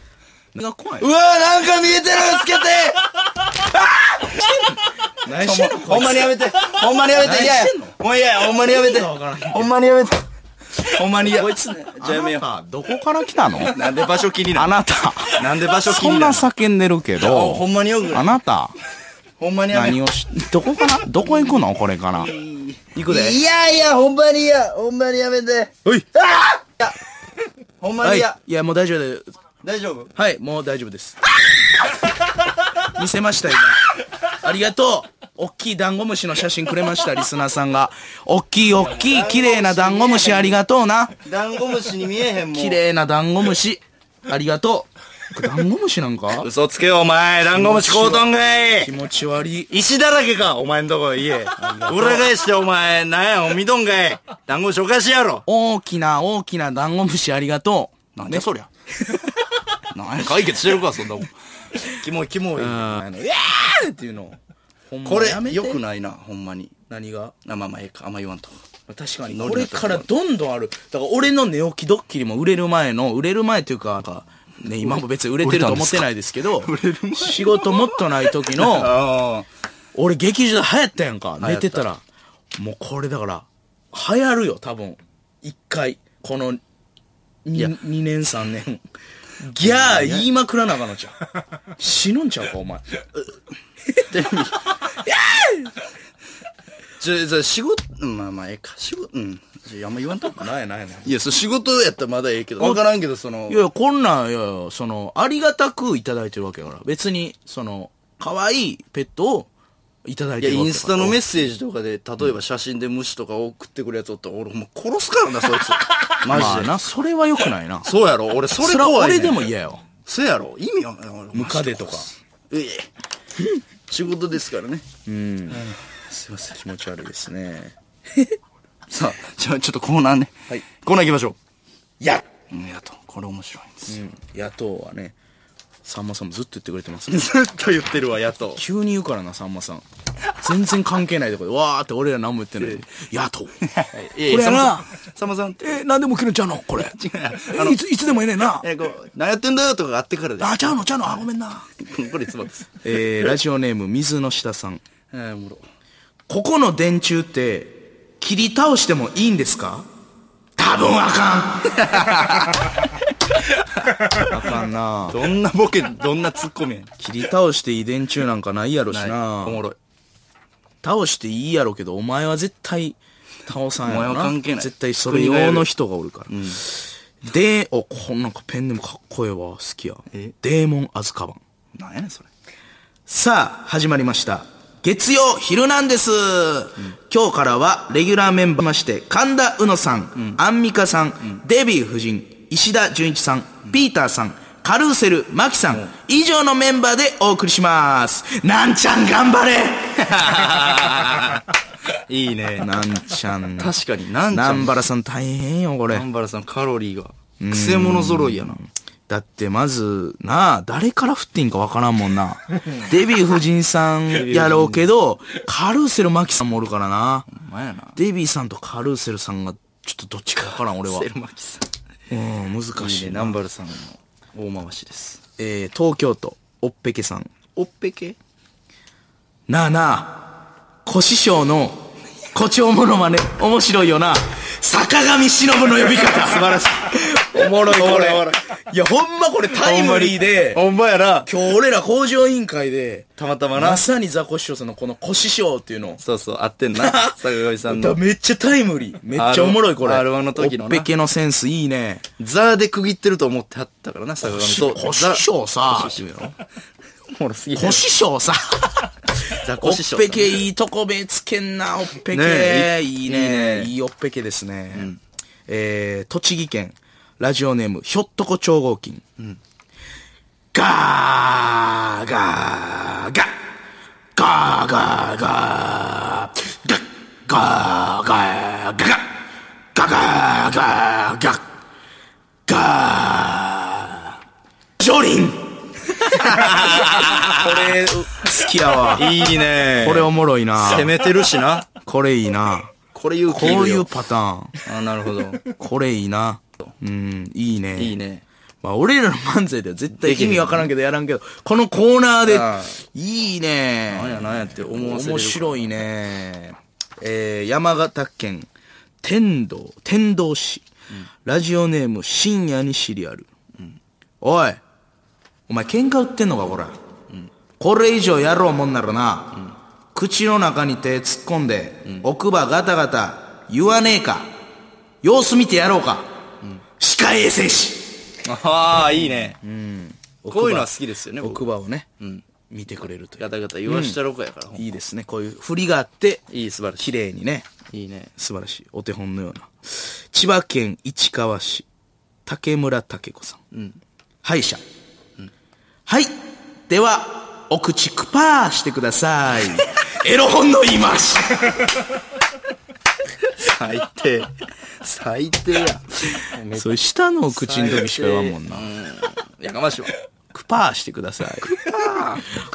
S2: 何が怖いう
S1: わなんか見えてるつけて
S2: 何してんの
S1: ほんまにやめてほんまにやめて
S2: 何
S1: いやい
S2: し
S1: や
S2: てんの
S1: もういやいやほんまにやめて
S2: 意味がわからん
S1: ほんまにやめてほんまにや
S2: こいつね、
S1: じゃあやめよう
S3: あなたどこから来たの
S1: なんで場所気にな
S3: あ
S1: る
S3: なた。
S1: なんで場所気
S3: そ
S1: に
S3: んな
S1: なる
S3: 叫んでるけ
S1: おほ
S3: ど、
S1: んまによくな
S3: あ
S1: い
S3: なた、
S1: ほんまにやめ
S3: 何をし、どこからどこ行くのこれから。
S2: 行くで。
S1: いやいや、ほんまにや、ほんまにやめて。
S2: おい
S1: ああいや、ほんま
S2: は
S1: に
S2: い。い
S1: や、
S2: や、もう大丈夫です。
S1: 大丈夫
S2: はい、もう大丈夫 です。見せました、今。ありがとう。おっきいダンゴムシの写真くれました、リスナーさんが。おっきいおっきい、綺麗なダンゴムシありがとうな。
S1: ダンゴムシに見えへんもん。
S2: 綺。麗なダンゴムシ。ありがとう。これダンゴムシなんか
S1: 嘘つけよ、お前。ダンゴムシ高等がい。
S2: 気持ち悪い。
S1: 石だらけか、お前んとこ、家。裏返して、お前。なんや、おみどんがい。ダンゴムシおかしいやろ。
S2: 大きな大きなダンゴムシありがとう。
S1: なんでそりゃ。なんや、解決してるか、そんなもん。キモい、キモい。
S2: あの、いやーっていうの。ほんま
S1: これ
S2: やめ、て
S1: 良くないな、ほんまに。
S2: 何が
S1: あ、まあまあ、ええか。あんま言わんと。
S2: 確かに
S1: ノ
S2: こ
S1: リ
S2: れ
S1: だった
S2: からどんどんあるだから俺の寝起きドッキリも売れる前の売れる前というかなんか、ね、今も別に売れてると思ってないですけど仕事もっとない時 の
S1: あ
S2: 俺劇場で流行ったやんか
S1: 行った
S2: 寝てたらもうこれだから流行るよ多分一回この2年3年ギャー言いまくらなあかんのちゃう死ぬんちゃうかお前
S1: あ。じゃ、じゃ、仕事、うんまあまあ、ええか。仕事、うん。
S2: あんま言わんとこないやないやない。
S1: いや、それ仕事やったらまだええけど。わからんけど、その
S2: い、や、こんなん、いやいや、その、ありがたくいただいてるわけやから。別に、その、可愛いペットをいただい
S1: い
S2: て
S1: や、
S2: るわ
S1: イ
S2: け
S1: ンスタのメ
S2: ッ
S1: ッセージとかで、例えば写真で虫とか送ってくるやつおったら、俺もう殺すからな、そい つ。マ
S2: まあ
S1: ジで。
S2: な、それは良くないな。
S1: そうやろ俺、 それ
S2: それは
S1: 怖いね。
S2: 俺でも嫌よ。
S1: そうやろ意味わからん。
S2: ムカデとか。
S1: うえ。仕事ですからね。
S2: すいません、気持ち悪いですね。
S1: さあ、じゃあちょっとコーナーね。
S2: はい
S1: コーナー行きましょ
S2: や
S1: う。うん、やと。これ面白いんで すよ。
S2: 野党はね、さんまさんもずっと言ってくれてますね。
S1: ずっと言ってるわ、や と。
S2: 急に言うからな、さんまさん。全然関係ないとこで、わーって俺ら何も言ってないのに。野党。これやな。
S1: さんまさんって。
S2: え、何でも来るんちゃうの これ。いつ、いつでもええねんな。
S1: え、こう、何やってんだよとかがあってからで
S2: あ、ちゃうのちゃうのあ、ごめんな。
S1: す。これいつもです。
S2: えー、ラジオネーム、水の下さん。
S1: えー、おもろ。
S2: ここの電柱って、切り倒してもいいんですか多分あ かん。あかんな
S1: どんなボケ、どんなツッコミやねん
S2: 切り倒していい電柱なんかないやろしな
S1: おもろい。
S2: 倒していいやろけど、お前は絶対倒さんやろな。
S1: お前は関係ない
S2: 絶対それ用の人がおるから。で、お、こんなんかペンでもかっこええわ。好きや
S1: え。
S2: デーモンアズカバン。
S1: なんやねん、それ。
S2: さあ、始まりました。月曜、昼なんです、今日からは、レギュラーメンバーまして、神田うのさん、アンミカさん、デビー夫人、石田純一さん、ピーターさん、カルーセル、マキさん、以上のメンバーでお送りします。なんちゃん頑張 れ
S1: いいね。
S2: なんちゃん。
S1: 確かに、なんちゃ
S2: 南
S1: ん。
S2: 原さん大変よ、これ。
S1: 南原さん、カロリーが。くせ者揃いやな。
S2: だってまずなあ誰から振っていいんかわからんもんな デヴィ夫人さんやろうけどカルーセルマキさんもおるからな
S1: お前やな。
S2: デヴィさんとカルーセルさんがちょっとどっちかわからん俺は
S1: セルマキさ
S2: うん
S1: ん。
S2: 難
S1: いい
S2: しい
S1: ね、
S2: な
S1: 南原さんの大回しです。
S2: えー東京都おっぺけさん
S1: おっぺけ
S2: なあなあ小師匠の誇張モノマネ面白いよな坂上忍の呼び方素晴らしいおもろいこ
S1: おもろ
S2: れ
S1: いおもろい
S2: いやほんまこれタイムリーで
S1: ほんまやな。
S2: 今日俺ら工場委員会で
S1: たまたまな
S2: ま。さにザコシショウさんのこのコシショウっていうの。
S1: そうそう、合ってんな。坂上さん
S2: だ
S1: の。
S2: めっちゃタイムリー。めっちゃおもろいこれ。
S1: R- R1 の時の
S2: おっ
S1: な
S2: ぺけのセンスいいね。
S1: ザーで区切ってると思ってはったからな、坂上と。
S2: コシショウさ。
S1: おもろすぎる
S2: コシショウさ。
S1: ザ
S2: お
S1: コ
S2: っ
S1: シショウ
S2: ぺけいいとこ目つけんな、おっぺ
S1: ね
S2: け。
S1: え
S2: いい
S1: いい
S2: ね。
S1: ね
S2: いいおっぺけですね。えー、栃木県、ラジオネーム、ひょっとこ超合金。ガー、ガー、ガー、ガー、ガー、ガー、ガー、ガー、ガー、ガー、ガー、ガー、ガー、ガー、ガー、ガー、ジョリンこれ、好きやわ。
S1: いい ね。
S2: これおもろいな。
S1: 攻めてるしな。
S2: これいいな。
S1: これ勇
S2: こ
S1: 気
S2: う
S1: る
S2: いう
S1: よ。
S2: パターン。
S1: あ、なるほど。
S2: これいいな。うん、いいね。
S1: いいね。
S2: まあ、俺らの漫才では絶対意味わからんけどやらんけど、このコーナーで
S1: ああ、
S2: いいね。
S1: なんやなんやって思わせれる。
S2: 面白いね。えー、山形県、天童、天童市。ラジオネーム、深夜にシリアル。おい、お前喧嘩売ってんのか、こら。これ以上やろうもんならな、口の中に手突っ込んで、奥歯ガタガタ言わねえか。様子見てやろうか。歯科衛生士。
S1: ああ、いいね。こういうのは好きですよね、僕。
S2: 奥歯をね、見てくれるという
S1: ガ。タガタ言わしたろかやから。ほんま
S2: いいですね。こういう振りがあって、
S1: いい、素晴らし
S2: 綺麗にね。
S1: い。いいね。
S2: 素晴らしい。お手本のような。千葉県市川市、竹村竹子さん。歯医者。はい。では、お口クパーしてくださ い。エロ本の言い回し。
S1: 最低。最低や。
S2: そういう下のお口の時しか言わんもんな。
S1: やかましいわ。
S2: クパーしてください。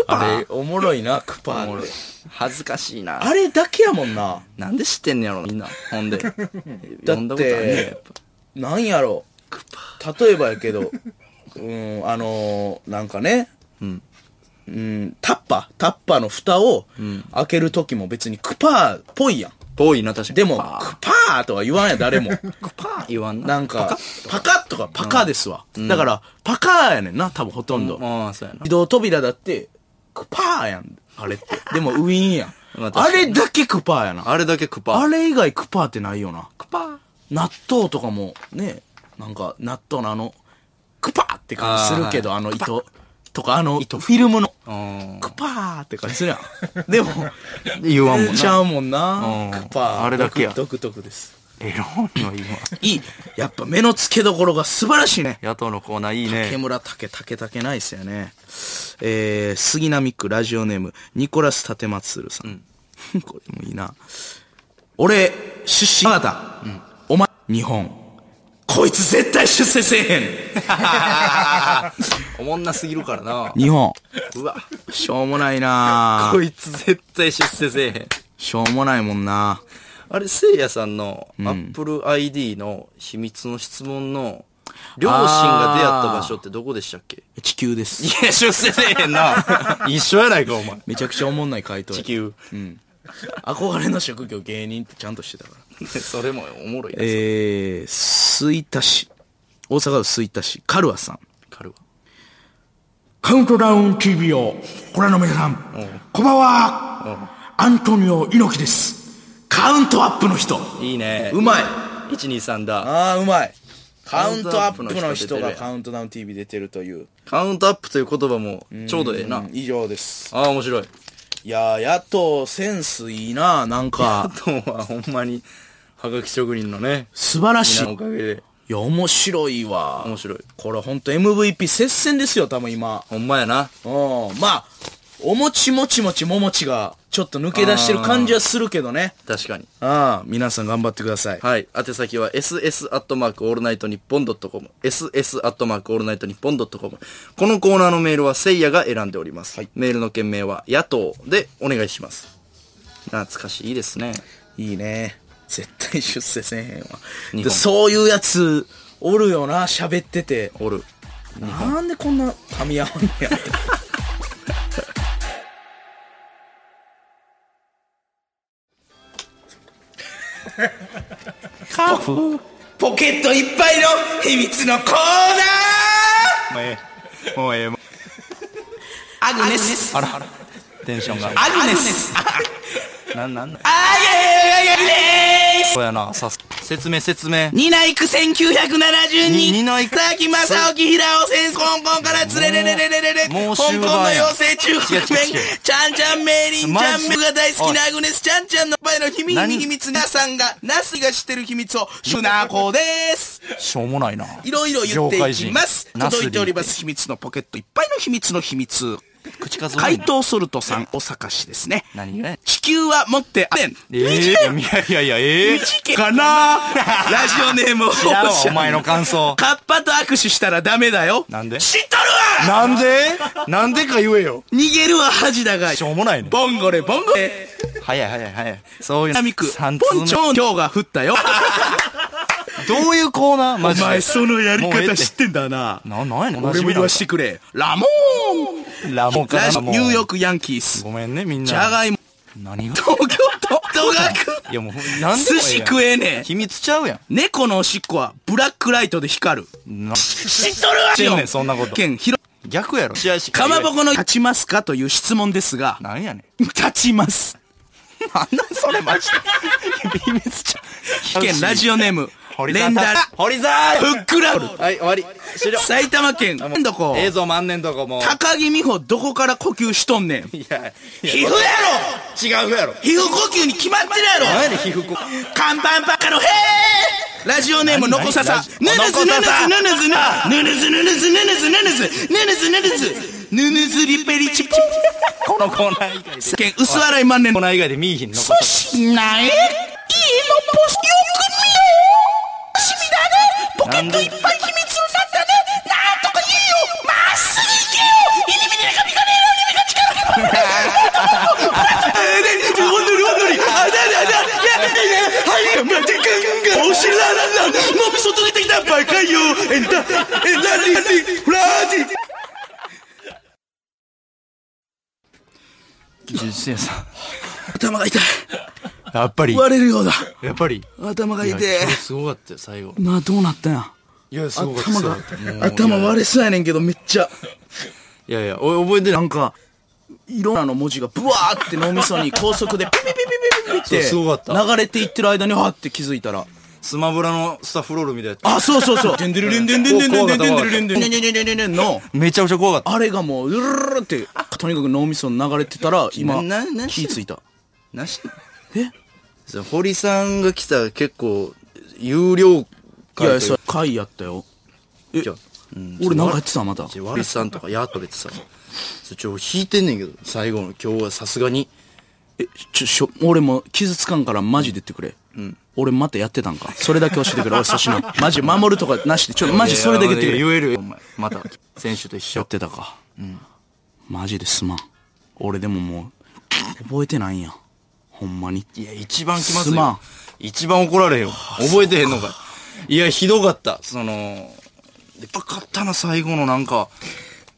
S2: あれ、おもろいな、クパーって。
S1: 恥ずかしいな。
S2: あれだけやもんな。
S1: なんで知ってんねやろなみんな。ほんで。だって、
S2: なんやろ例えばやけどうんあのー、なんかねうん、タッパータッパーの蓋を開ける時も別にクパーっぽいやん
S1: 遠いな、確かに。
S2: でもク
S1: パ
S2: パーとは言わんやん誰も
S1: ーパー言わんな。
S2: なんかパカッとかパカですわ、だからパカーやねんな多分ほとんど、
S1: ああ、そうやな
S2: 自。動扉だってクパーやんあれってでもウィーンやん
S1: まあ
S2: あ
S1: 確かに
S2: れだけクパーやな
S1: あれだけクパー。
S2: あれ以外クパーってないよな
S1: クパー。
S2: 納豆とかもねなんか納豆のあのクパーって感じするけどあ,、の糸とかあのフィルムのクパーって感じするやんでも
S3: 言わんもん
S2: ち
S3: な。
S2: ゃうもんな
S3: うん
S2: クパー
S3: あれだけや
S2: 独特です
S3: エロいの今。
S2: いいやっぱ目の付けどころが素晴らしいね
S3: 野党のコーナーいい
S2: 竹。村竹竹竹ないっすよね。えー、杉並区ラジオネーム、ニコラス立松鶴さん。 これもいいな。俺、出身、あなた、お前、日本。こいつ絶対出世せえ
S1: おもんなすぎるからな。
S3: 日本。
S1: うわ。
S2: へん。しょうもないな
S1: こいつ絶対出世せえへん。
S2: しょうもないもんな
S1: あれ、せいやさんの Apple ID の秘密の質問の、両親が出会った場所ってどこでしたっけ
S2: 地球です。
S1: いや、出世せえへんな。 一緒やないか、お前。
S2: めちゃくちゃおもんない回答や
S1: 地球。
S2: 憧れの職業芸人ってちゃんとしてたから。
S1: それもおもろいな。
S2: えー、吹田市。大阪府吹田市。カルアさん。
S1: カルは。
S2: カウントダウン TV をご覧の皆さん、こんばんは、アントニオ猪木です。カウントアップの人。
S1: いいね。
S2: うまい。
S1: 123だ。
S2: ああ、うまい。カ
S1: カ
S2: ウ
S1: ウ
S2: ン
S1: ン
S2: ト
S1: ト
S2: ア
S1: ア
S2: ッ
S1: ッ
S2: プ
S1: プ
S2: の
S1: の
S2: 人
S1: 人
S2: が
S1: が
S2: カウントダウン TV 出てるという。
S1: カウントアップという言葉もちょうどええな。
S2: 以上です。
S1: ああ、面白い。
S2: いやー、やっとセンスいいな、なん
S1: あ
S2: か。
S1: とはほんまに、はがき職人のね、
S2: 素晴らしい。
S1: 皆のお
S2: い
S1: かげで、
S2: や、面白いわ。
S1: 面白い。
S2: これほんと MVP 接戦ですよ、多分今。
S1: ほんまやな。
S2: うん。まあ、おもちもちもちももちが、ちょっと抜け出してる感じはするけどね。
S1: 確かに。
S2: ああ、皆さん頑張ってください。
S1: はい。宛先は ss.allnightnippon.com。ss.allnightnippon.com。このコーナーのメールはせいやが選んでおります。メールの件名は野党でお願いします。懐かしいですね。
S2: いいね。絶対出世せえへんわ。
S1: 本
S2: でそういうやつ、おるよな、喋ってて。
S1: おる。
S2: なんでこんな噛み合わんねや。
S3: カフ。
S2: ポケットいっぱいの秘密のコーナー
S3: もうええ。もうええ。
S2: アグネス。
S3: あらあら。テンションが。
S2: アグネス。
S1: なんなんだ
S2: アグネス。
S1: そうやな。さす、説明説明。
S2: ニナイク1972。
S1: に二の一
S2: 佐々木正興平尾先生、香港からつれれれれれれれ。
S1: もう
S2: 香港
S1: 終盤
S2: の
S1: や
S2: 妖精中国
S1: 違う違う違
S2: 麺。ちゃんちゃんメイリンちゃ
S1: マ
S2: ん
S1: ジ
S2: めが大好きなアグネスちゃんちゃんの場合の秘密
S1: 何
S2: に秘密皆さんが、ナスが知ってる秘密を、シュナコです。
S3: しょうもないな。
S2: いろいろ言っていきます。
S3: ナスリー
S2: 届いております。秘密のポケットいっぱいの秘密の秘密。
S1: 口数多い
S2: 怪
S1: な。
S2: 盗ソルトさん、お坂市ですね。
S1: 何がや
S2: 地球は持ってあれん。
S3: ええ。いやいやいや、ええ。
S2: 短いかな ラジオネームを
S3: 知らんわお前の感想。
S2: カッパと握手したらダメだよ。
S3: なんで
S2: 知っとる
S3: な
S2: わ
S3: んでなんでか言えよ。
S2: 逃げるは恥だがい。
S3: しょうもないね。
S2: ボンゴレボンゴレ。
S1: 早い早い早い。そういうの。
S2: 南区、ポ
S1: 三
S2: ン
S1: 通目
S2: チョン今日が降ったよ。
S1: どういうコーナーマ
S2: お
S1: ジで。
S2: 前そのやり
S1: もうええ
S2: 方
S1: て
S2: 知ってんだな。
S3: な、なんやねん。
S2: 俺も言わしてくれ。ラモーン
S3: ラモンから
S2: ラジ
S3: な
S2: ニ
S3: もう
S2: ューヨークヤンキース。
S3: ごめんね、みんな。
S2: じゃがいも。
S3: 何が
S2: 東京 都、都学。
S3: いやもう、なんでもええやん
S2: 寿司食えねえ。
S3: 秘密ちゃうやん。
S2: 猫のおしっこはブラックライトで光る。
S3: な
S2: 知っとるわ
S3: 知ってんねんそんなこと
S2: 県広、
S3: 逆やろ。
S1: 試合し
S2: かまぼ
S1: こ。
S2: この立ちますかという質問ですが、
S3: なんやねん。
S2: 立ちます。
S3: なんなんそれマジで。秘密ちゃう。
S2: 県ラジオネーム、
S3: 堀
S2: レ
S3: 沢
S2: ン
S3: た
S2: ダラ、
S1: 堀沢
S2: ふっくらる、
S1: はい、終わり。終了。
S2: 埼玉県、どこ、
S1: 映像万年とかもう。
S2: 高木美帆どこから呼吸しとんねん。
S1: いや、
S2: 皮膚やろ
S1: 違うやろ。
S2: 皮膚呼吸に決まってるや
S1: 何
S2: ろ
S1: やねん、皮膚こ。
S2: 看板ばっかのへーラジオネームのこささぬぬずぬぬずぬぬずぬぬずぬぬずぬぬずぬぬずぬぬずぬぬずぬぬずリペリチポ
S1: このコーナー以外で。
S2: 世間薄笑い万年
S1: コー
S2: の
S1: ナー以外で見いひんの。
S2: そしない家のポスよく見ようしみだねポケットいっぱい秘密になったねなんとか言えよまっすぐ行けよ入り身で中身がねえのに身が力が
S3: 実践さ
S2: 頭が痛い
S3: ん。やっぱり、
S2: 割れるようだ
S3: やっぱり。
S2: 頭が痛い
S1: すごかったよ、最後。
S2: なあどうなったんや
S1: いや、すごかった。
S2: 頭が
S1: もう
S2: 頭割れそうやねんけどめっちゃ
S1: いやいや、おい覚えて
S2: な
S1: ない。
S2: んかいろんなの文字がブワーって脳みそに高速でピピピピピピピ
S1: そうすごかっ
S2: って流れていってる間にはって気づいたら
S1: スマブラのスタッフロールみたいなや
S2: あ、そうそうそう。でんでるれんでんでんでんでんでんでんでるれんでんでんでんでんでんでんの、
S3: めちゃくちゃ怖かった。
S2: あれがもう、うるるるって、とにかく脳みそに流れてたら、今
S1: なな、
S2: 気ぃついた。
S1: つ。なし
S2: え
S1: そう堀さんが来たら結構、有料
S2: い
S1: 会
S2: や、
S1: と
S2: それ、回やったよ。え
S1: じゃあ、
S2: 俺なんかやってたまた。
S1: う堀さんとかやっとれてさ、それちょ、引いてんねんけど、最後の今日はさすがに。
S2: え、ちょ、しょ、俺も傷つかんからマジで言ってくれ。俺またやってたんか。それだけ教えてくれ。俺粗品。マジ守るとかなしで、ちょ、マジそれだけ言ってくれ。
S1: 言えるよ、お前。また、選手と一
S2: や
S1: 緒。
S2: ってたか。マジですまん。俺でももう、覚えてないんや。ほんまに。
S1: いや、一番気まず
S2: す
S1: い
S2: まん
S1: よ。一番怒られへんよ。覚えてへんのかい。いや、ひどかった。その、でやっぱ勝ったな、最後のなんか。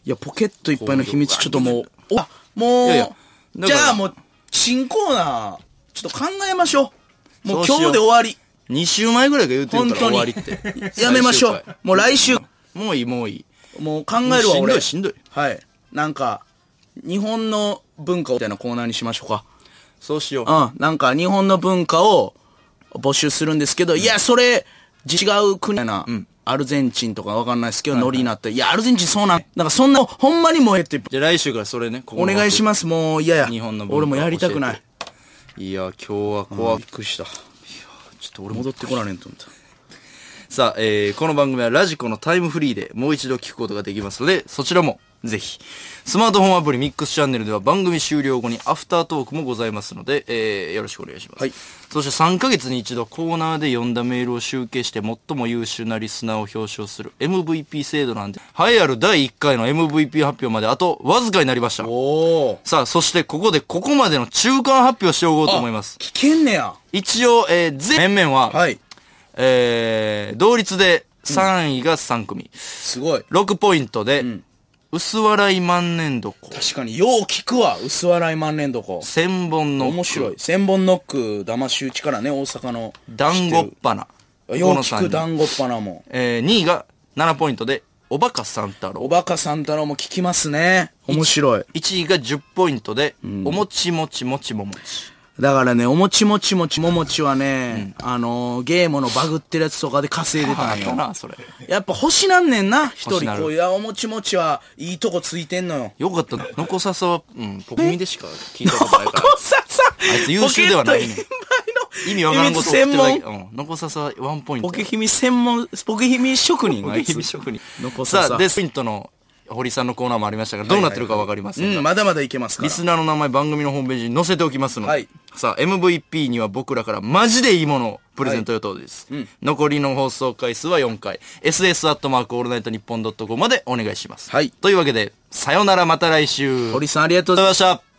S2: いや、ポケットいっぱいの秘密、ちょっともう、お、もう、
S1: いやいやだ
S2: じ
S1: から
S2: ゃあもう、新コーナー、ちょっと考えましょう。もう
S1: そう
S2: 今
S1: しよう
S2: 日で終わり。
S1: 2週前ぐらいが言うてる
S2: 本
S1: から
S2: 当
S1: 終
S2: に
S1: わりって。。
S2: やめましょう。もう来週、
S1: もういい、もういい。
S2: もう考えるわ、
S1: もうしんどい
S2: 俺。
S1: しんどい
S2: はい。なんか、日本の文化みたいなコーナーにしましょうか。
S1: そうしよう。
S2: うん、なんか日本の文化を募集するんですけど、いや、それ、違う国やな、アルゼンチンとかわかんないですけど、ノリになって、いや、アルゼンチンそうなん、なんかそんな、ほんまにもうええって、
S1: じゃあ来週からそれね、ここ
S2: お
S1: の枠
S2: 願いします、もう嫌や。
S1: 日本の文化
S2: 俺もやりたくない。
S1: いや、今日は怖い。
S2: びっくりした。いや、ちょっと俺戻ってこられんと思った。
S1: さあ、えー、この番組はラジコのタイムフリーでもう一度聞くことができますので、そちらもぜひ。スマートフォンアプリミックスチャンネルでは番組終了後にアフタートークもございますので、えー、よろしくお願いします。
S2: はい
S1: そして3ヶ月に一度コーナーで読んだメールを集計して最も優秀なリスナーを表彰する MVP 制度なんで、栄えある第1回の MVP 発表まであとわずかになりました。
S2: おー。
S1: さあ、そしてここでここまでの中間発表しておこうと思います。
S2: 聞けんねや。
S1: 一応、えー、全面々は、
S2: はい。
S1: えー、同率で3位が3組。
S2: すごい。
S1: 6ポイントで、薄笑い万年床、
S2: 確かに、よう聞くわ、薄笑い万年床。
S1: 千本の句
S2: 面白い。千本ノック、騙し討ちからね、大阪の。
S1: 団子っ花。
S2: 知ってる。よう
S1: こ
S2: 聞
S1: の
S2: く、
S1: 三人
S2: 団子っ鼻も。
S1: えー、2位が7ポイントで、おバカ三太
S2: お
S1: 郎。
S2: バカさん太郎も聞きますね。面白い。
S1: 1位が10ポイントで、おもちもちもちももち。
S2: だからね、おもちもちもちももちはね、あのー、ゲームのバグってるやつとかで稼いでた
S1: っ
S2: ん
S1: た
S2: よ。
S1: な、それ。
S2: やっぱ星なんねんな、一
S1: 星な
S2: 人。
S1: る
S2: こういう、あおもちもちはいいとこついてんのよ。
S1: よかったな。ノコササは、うん、ポミでしか聞いたことないから。
S2: ささ
S1: あいつ優秀ではないねん意味わからんことを言ってるだけ。うん。ノコササはワンポイント。
S2: ポケ姫専門、ポケ姫職人
S1: ポ
S2: あ
S1: ケ
S2: いつ
S1: ヒビ職人。
S2: 残さ
S1: さ
S2: さ
S1: あ、で、スイントの堀さんのコーナーもありましたから、どうなってるかわかりませんが。
S2: うん、まだまだいけますか
S1: リ
S2: ら。
S1: スナーの名前番組のホームページに載せておきますので、
S2: はい
S1: さあ MVP には僕らからマジでいいものをプレゼント予定です、残りの放送回数は4回 SS アットマークオールナイトニッポンドットコムまでお願いします、
S2: はい
S1: というわけでさよならまた来週ありがとう
S2: 堀さんありがとうご
S1: ござ
S2: ざい
S1: い
S2: ま
S1: ました